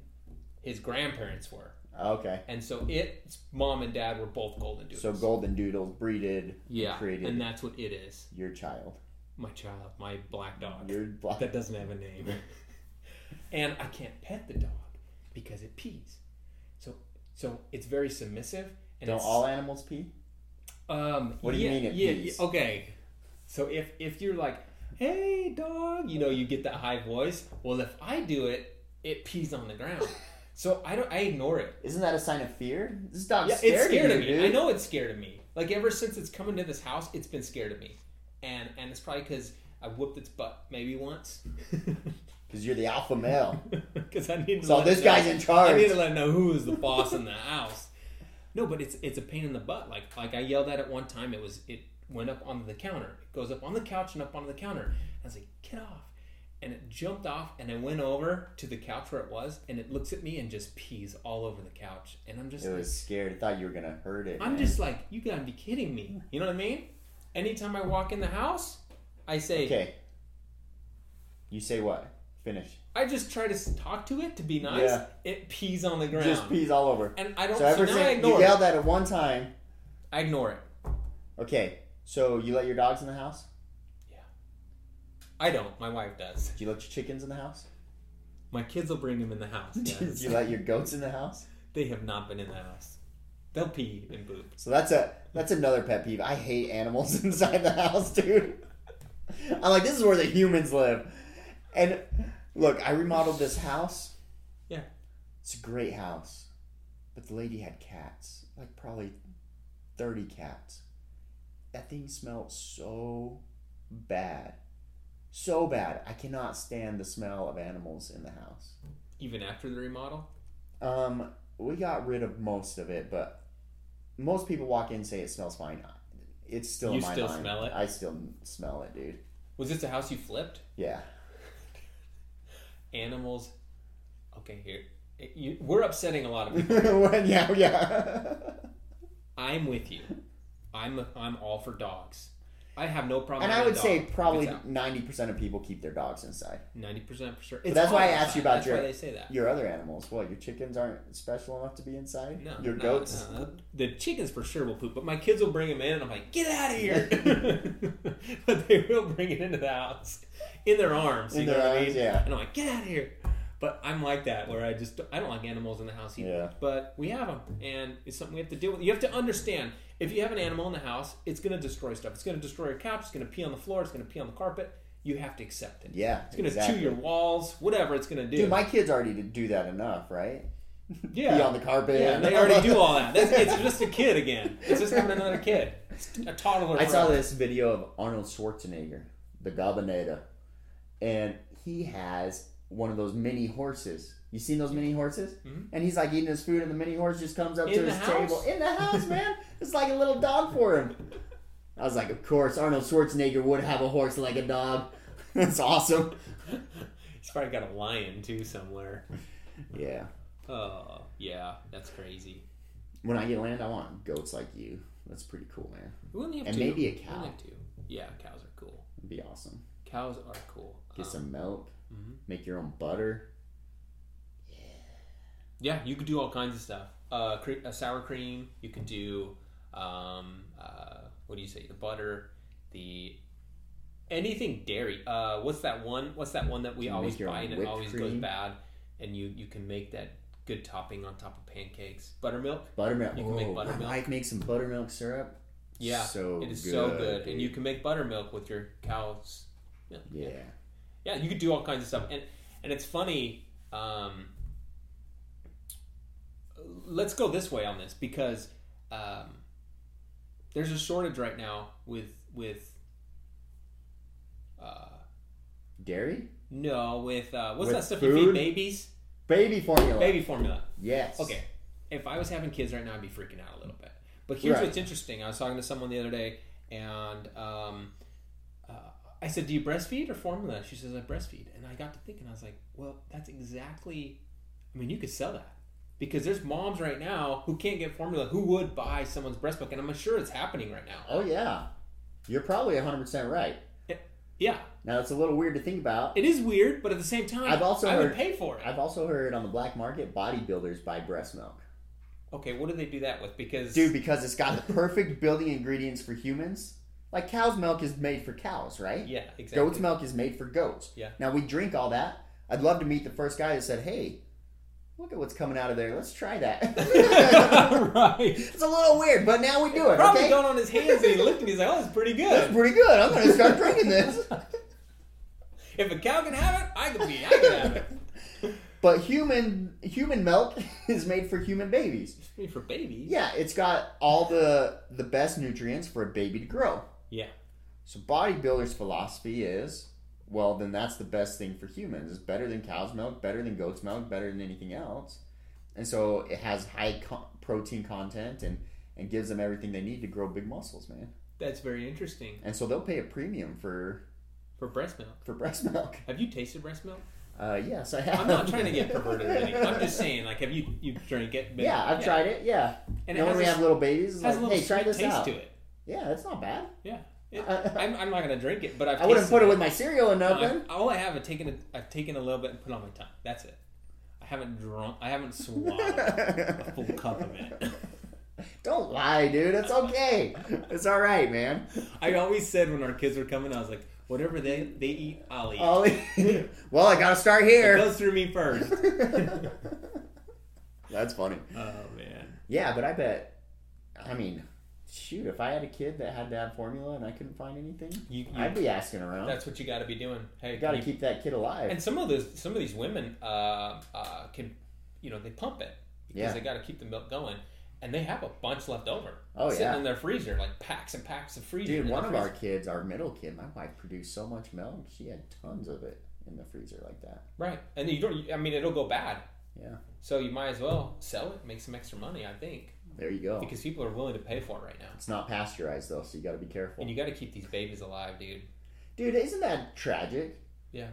Speaker 2: his grandparents were,
Speaker 1: Okay,
Speaker 2: and so its mom and dad were both golden doodles.
Speaker 1: so golden doodles breeded,
Speaker 2: yeah,
Speaker 1: created
Speaker 2: and that's what it is.
Speaker 1: your child,
Speaker 2: My child, my black dog
Speaker 1: your black.
Speaker 2: that doesn't have a name. and I can't pet the dog because it pees. So so it's very submissive and
Speaker 1: Don't
Speaker 2: it's,
Speaker 1: all animals pee?
Speaker 2: um
Speaker 1: What do you
Speaker 2: yeah,
Speaker 1: mean it
Speaker 2: yeah,
Speaker 1: pees?
Speaker 2: yeah, okay. So if if you're like, "Hey dog," you know, you get that high voice. Well, if I do it, it pees on the ground. So I don't I ignore it.
Speaker 1: Isn't that a sign of fear? This dog's
Speaker 2: Yeah,
Speaker 1: scared,
Speaker 2: it's scared
Speaker 1: of
Speaker 2: of
Speaker 1: you,
Speaker 2: me.
Speaker 1: dude.
Speaker 2: I know it's scared of me. Like ever since it's come into this house, it's been scared of me. And and it's probably cuz I whooped its butt maybe once.
Speaker 1: because you're the alpha male.
Speaker 2: Because I need to.
Speaker 1: So
Speaker 2: let
Speaker 1: this
Speaker 2: it know-
Speaker 1: guy's in charge.
Speaker 2: I need to let him know who is the boss in the house. No, but it's it's a pain in the butt. Like like I yelled at it one time. It was it went up onto the counter. It goes up on the couch and up onto the counter. I was like, get off. And it jumped off, and I went over to the couch where it was, and it looks at me and just pees all over the couch. And I'm just,
Speaker 1: it
Speaker 2: like,
Speaker 1: was scared. It thought you were gonna hurt it.
Speaker 2: I'm
Speaker 1: man.
Speaker 2: just like, you gotta be kidding me. You know what I mean? Anytime I walk in the house, I say,
Speaker 1: okay. You say what? finish.
Speaker 2: I just try to s- talk to it to be nice.
Speaker 1: Yeah.
Speaker 2: It pees on the ground.
Speaker 1: Just pees all over.
Speaker 2: and I don't.
Speaker 1: So
Speaker 2: So,
Speaker 1: ever
Speaker 2: now I
Speaker 1: since you
Speaker 2: ignore it.
Speaker 1: yelled at it one time.
Speaker 2: I ignore it.
Speaker 1: Okay, so you let your dogs in the house?
Speaker 2: I don't. My wife does.
Speaker 1: Do you let your chickens in the house?
Speaker 2: My kids will bring them in the house.
Speaker 1: Do
Speaker 2: Yes.
Speaker 1: you let your goats in the house?
Speaker 2: they have not been in the house. They'll pee and poop.
Speaker 1: So that's a that's another pet peeve. I hate animals inside the house, dude. I'm like, this is where the humans live. And look, I remodeled this house.
Speaker 2: Yeah.
Speaker 1: It's a great house. But the lady had cats. Like probably 30 cats. That thing smelled so bad. So bad. I cannot stand the smell of animals in the house.
Speaker 2: Even after the remodel,
Speaker 1: Um, we got rid of most of it, but most people walk in and say it smells fine. It's still
Speaker 2: You
Speaker 1: in my
Speaker 2: still
Speaker 1: mind.
Speaker 2: smell it?
Speaker 1: I still smell it, dude.
Speaker 2: was this a house you flipped?
Speaker 1: Yeah,
Speaker 2: Animals. Okay, here. It- you- we're upsetting a lot of people.
Speaker 1: When- yeah, yeah.
Speaker 2: I'm with you. I'm I'm all for dogs. I have no problem.
Speaker 1: and I
Speaker 2: with a
Speaker 1: would
Speaker 2: dog
Speaker 1: say
Speaker 2: if it's
Speaker 1: probably
Speaker 2: out.
Speaker 1: ninety percent of people keep their dogs inside.
Speaker 2: Ninety percent for sure.
Speaker 1: But that's why I
Speaker 2: hot
Speaker 1: asked you about
Speaker 2: that's
Speaker 1: your-
Speaker 2: Why they say that.
Speaker 1: Your other animals, what? Your chickens aren't special enough to be inside.
Speaker 2: No,
Speaker 1: your
Speaker 2: no,
Speaker 1: goats.
Speaker 2: no. The chickens for sure will poop, but my kids will bring them in, and I'm like, get out of here. but they will bring it into the house in their arms. You
Speaker 1: In
Speaker 2: know
Speaker 1: their
Speaker 2: what I
Speaker 1: arms,
Speaker 2: mean?
Speaker 1: yeah.
Speaker 2: And I'm like, get out of here. But I'm like that, where I just I don't like animals in the house either.
Speaker 1: Yeah.
Speaker 2: But we have them, and it's something we have to deal with. You have to understand if you have an animal in the house, it's going to destroy stuff. It's going to destroy your couch. It's going to pee on the floor. It's going to pee on the carpet. You have to accept it.
Speaker 1: Yeah,
Speaker 2: It's going to
Speaker 1: exactly.
Speaker 2: chew your walls, whatever it's going to do.
Speaker 1: Dude, my kids already did- do that enough, right?
Speaker 2: yeah.
Speaker 1: Be on the carpet.
Speaker 2: Yeah, they already do all that. That's, it's just a kid again. It's just having another kid. It's a toddler.
Speaker 1: I
Speaker 2: for
Speaker 1: saw
Speaker 2: us.
Speaker 1: this video of Arnold Schwarzenegger, the Gobinator, and he has one of those mini horses. You seen those mini horses?
Speaker 2: Mhm.
Speaker 1: And he's like eating his food, and the mini horse just comes up
Speaker 2: In
Speaker 1: to
Speaker 2: the
Speaker 1: his
Speaker 2: house?
Speaker 1: table in the house, man. It's like a little dog for him. I was like, of course, Arnold Schwarzenegger would have a horse like a dog. That's awesome.
Speaker 2: He's probably got a lion too somewhere.
Speaker 1: Yeah.
Speaker 2: Oh yeah, that's crazy.
Speaker 1: When I get land, I want goats like you. That's pretty cool, man.
Speaker 2: We only have
Speaker 1: And
Speaker 2: two.
Speaker 1: maybe a
Speaker 2: We
Speaker 1: cow.
Speaker 2: only have two. Yeah, cows are cool.
Speaker 1: It'd be awesome.
Speaker 2: Cows are cool.
Speaker 1: Get
Speaker 2: Um,
Speaker 1: some milk.
Speaker 2: mhm.
Speaker 1: Make your own butter.
Speaker 2: Yeah, you could do all kinds of stuff. Uh, cre- uh sour cream. You could do, um, uh, what do you say? The butter, the anything dairy. Uh, what's that one? What's that one that we
Speaker 1: You
Speaker 2: always
Speaker 1: make your
Speaker 2: buy
Speaker 1: own
Speaker 2: and it
Speaker 1: whipped
Speaker 2: always goes
Speaker 1: cream.
Speaker 2: bad? And you you can make that good topping on top of pancakes. Buttermilk.
Speaker 1: Buttermilk.
Speaker 2: You can make
Speaker 1: Oh,
Speaker 2: buttermilk.
Speaker 1: My wife makes some buttermilk syrup.
Speaker 2: Yeah,
Speaker 1: so
Speaker 2: it is so good,
Speaker 1: dude.
Speaker 2: and you can make buttermilk with your cow's. milk.
Speaker 1: yeah,
Speaker 2: yeah, you could do all kinds of stuff, and and it's funny. Um, let's go this way on this because um, there's a shortage right now with with uh,
Speaker 1: dairy,
Speaker 2: no with uh, what's
Speaker 1: With
Speaker 2: that stuff you feed
Speaker 1: food?
Speaker 2: babies?
Speaker 1: baby formula.
Speaker 2: Baby formula.
Speaker 1: Yes.
Speaker 2: Okay. If I was having kids right now, I'd be freaking out a little bit. But here's
Speaker 1: Right.
Speaker 2: what's interesting. I was talking to someone the other day, and um, uh, I said, "Do you breastfeed or formula?" She says, "I breastfeed." And I got to thinking, I was like, "Well, that's exactly. I mean, you could sell that because there's moms right now who can't get formula who would buy someone's breast milk, and I'm sure it's happening right now.
Speaker 1: Oh yeah, you're probably 100 percent right.
Speaker 2: Yeah,
Speaker 1: Now it's a little weird to think about.
Speaker 2: it is weird, but at the same time,
Speaker 1: I've also
Speaker 2: I would
Speaker 1: heard-
Speaker 2: pay for it.
Speaker 1: I've also heard on the black market bodybuilders buy breast milk,
Speaker 2: okay, what do they do that with? Because
Speaker 1: dude, because it's got the perfect building ingredients for humans. Like cow's milk is made for cows, right?
Speaker 2: yeah, exactly.
Speaker 1: Goat's milk is made for goats.
Speaker 2: Yeah.
Speaker 1: Now we drink all that. I'd love to meet the first guy that said, "Hey, look at what's coming out of there. Let's try that."
Speaker 2: right.
Speaker 1: it's a little weird, but now we do it.
Speaker 2: Probably
Speaker 1: okay?
Speaker 2: got on his hands and he looked and he's like, "Oh, it's pretty
Speaker 1: That's
Speaker 2: good."
Speaker 1: pretty good. I'm gonna start drinking this.
Speaker 2: If a cow can have it, I can be. I can have it.
Speaker 1: But human human milk is made for human babies.
Speaker 2: It's made for babies.
Speaker 1: Yeah, it's got all the the best nutrients for a baby to grow.
Speaker 2: Yeah.
Speaker 1: So bodybuilders' philosophy is, well, then that's the best thing for humans. It's better than cow's milk, better than goat's milk, better than anything else. And so it has high co- protein content and and gives them everything they need to grow big muscles, man.
Speaker 2: That's very interesting
Speaker 1: And so they'll pay a premium for
Speaker 2: for breast milk.
Speaker 1: for breast milk.
Speaker 2: Have you tasted breast milk?
Speaker 1: Uh, yes, I have.
Speaker 2: I'm not trying to get perverted or anything. I'm just saying, like, have you you drink it? but-
Speaker 1: Yeah, I've tried it. Yeah.
Speaker 2: And
Speaker 1: you know
Speaker 2: it has
Speaker 1: when we
Speaker 2: this-
Speaker 1: have little babies, it's
Speaker 2: has a
Speaker 1: like,
Speaker 2: little
Speaker 1: hey, try
Speaker 2: sweet
Speaker 1: this
Speaker 2: taste
Speaker 1: out.
Speaker 2: to it.
Speaker 1: Yeah, it's not bad.
Speaker 2: Yeah. It-
Speaker 1: I,
Speaker 2: I'm, I'm not gonna drink it, but I've
Speaker 1: wouldn't
Speaker 2: tasted
Speaker 1: put it with my cereal and nothing.
Speaker 2: I've- all I have is taken a, I've taken a little bit and put it on my tongue. That's it. I haven't drunk. I haven't swallowed. a full cup of it.
Speaker 1: Don't lie, dude. It's okay. It's all right, man.
Speaker 2: I always said when our kids were coming, I was like, whatever they they eat, I'll eat.
Speaker 1: Ollie. well, I gotta start
Speaker 2: It
Speaker 1: here.
Speaker 2: goes through me first.
Speaker 1: That's funny.
Speaker 2: oh man.
Speaker 1: Yeah, but I bet. I mean, shoot, if I had a kid that had to have formula and I couldn't find anything,
Speaker 2: You, you-
Speaker 1: I'd be asking around.
Speaker 2: that's what you got to be doing. Hey,
Speaker 1: you gotta
Speaker 2: you-
Speaker 1: keep that kid alive.
Speaker 2: and some of those some of these women uh, uh, can, you know, they pump it because
Speaker 1: Yeah.
Speaker 2: they got to keep the milk going, and they have a bunch left over.
Speaker 1: Oh,
Speaker 2: sitting
Speaker 1: yeah.
Speaker 2: in their freezer, like packs and packs of freezer.
Speaker 1: Dude,
Speaker 2: in
Speaker 1: one
Speaker 2: the
Speaker 1: of
Speaker 2: freezer.
Speaker 1: our kids, our middle kid, my wife produced so much milk, she had tons of it in the freezer like that.
Speaker 2: right, and you don't. I mean, it'll go bad.
Speaker 1: Yeah.
Speaker 2: So you might as well sell it, make some extra money. I think
Speaker 1: There you go.
Speaker 2: because people are willing to pay for it right now.
Speaker 1: It's not pasteurized though, so you gotta be careful.
Speaker 2: And you got to keep these babies alive, dude.
Speaker 1: Dude, isn't that tragic?
Speaker 2: Yeah.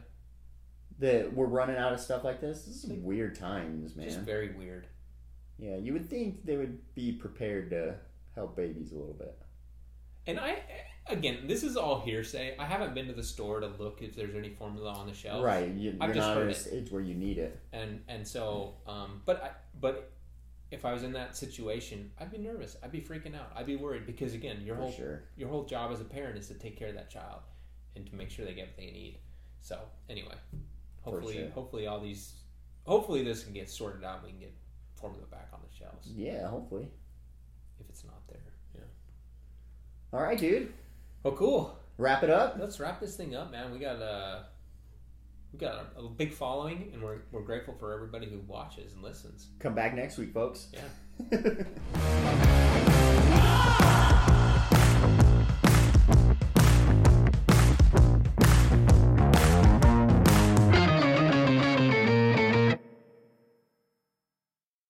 Speaker 1: That we're running out of stuff like this? This is weird times, man.
Speaker 2: Just very weird.
Speaker 1: yeah, you would think they would be prepared to help babies a little bit.
Speaker 2: And I, again, this is all hearsay. I haven't been to the store to look if there's any formula on the shelf.
Speaker 1: Right. You,
Speaker 2: I've
Speaker 1: you're
Speaker 2: just
Speaker 1: not
Speaker 2: heard
Speaker 1: at a
Speaker 2: it.
Speaker 1: stage where you need it.
Speaker 2: And and so, um, but I, but if I was in that situation, I'd be nervous. I'd be freaking out. I'd be worried because again, your
Speaker 1: For
Speaker 2: whole
Speaker 1: sure.
Speaker 2: your whole job as a parent is to take care of that child and to make sure they get what they need. So anyway,
Speaker 1: For
Speaker 2: hopefully,
Speaker 1: sure.
Speaker 2: hopefully all these, hopefully this can get sorted out. and We can get formula back on the shelves
Speaker 1: Yeah, hopefully.
Speaker 2: if it's not there. Yeah.
Speaker 1: All right, dude.
Speaker 2: Oh, cool.
Speaker 1: Wrap it up.
Speaker 2: Let's wrap this thing up, man. We got a we got a, a big following, and we're we're grateful for everybody who watches and listens.
Speaker 1: Come back next week, folks. Yeah.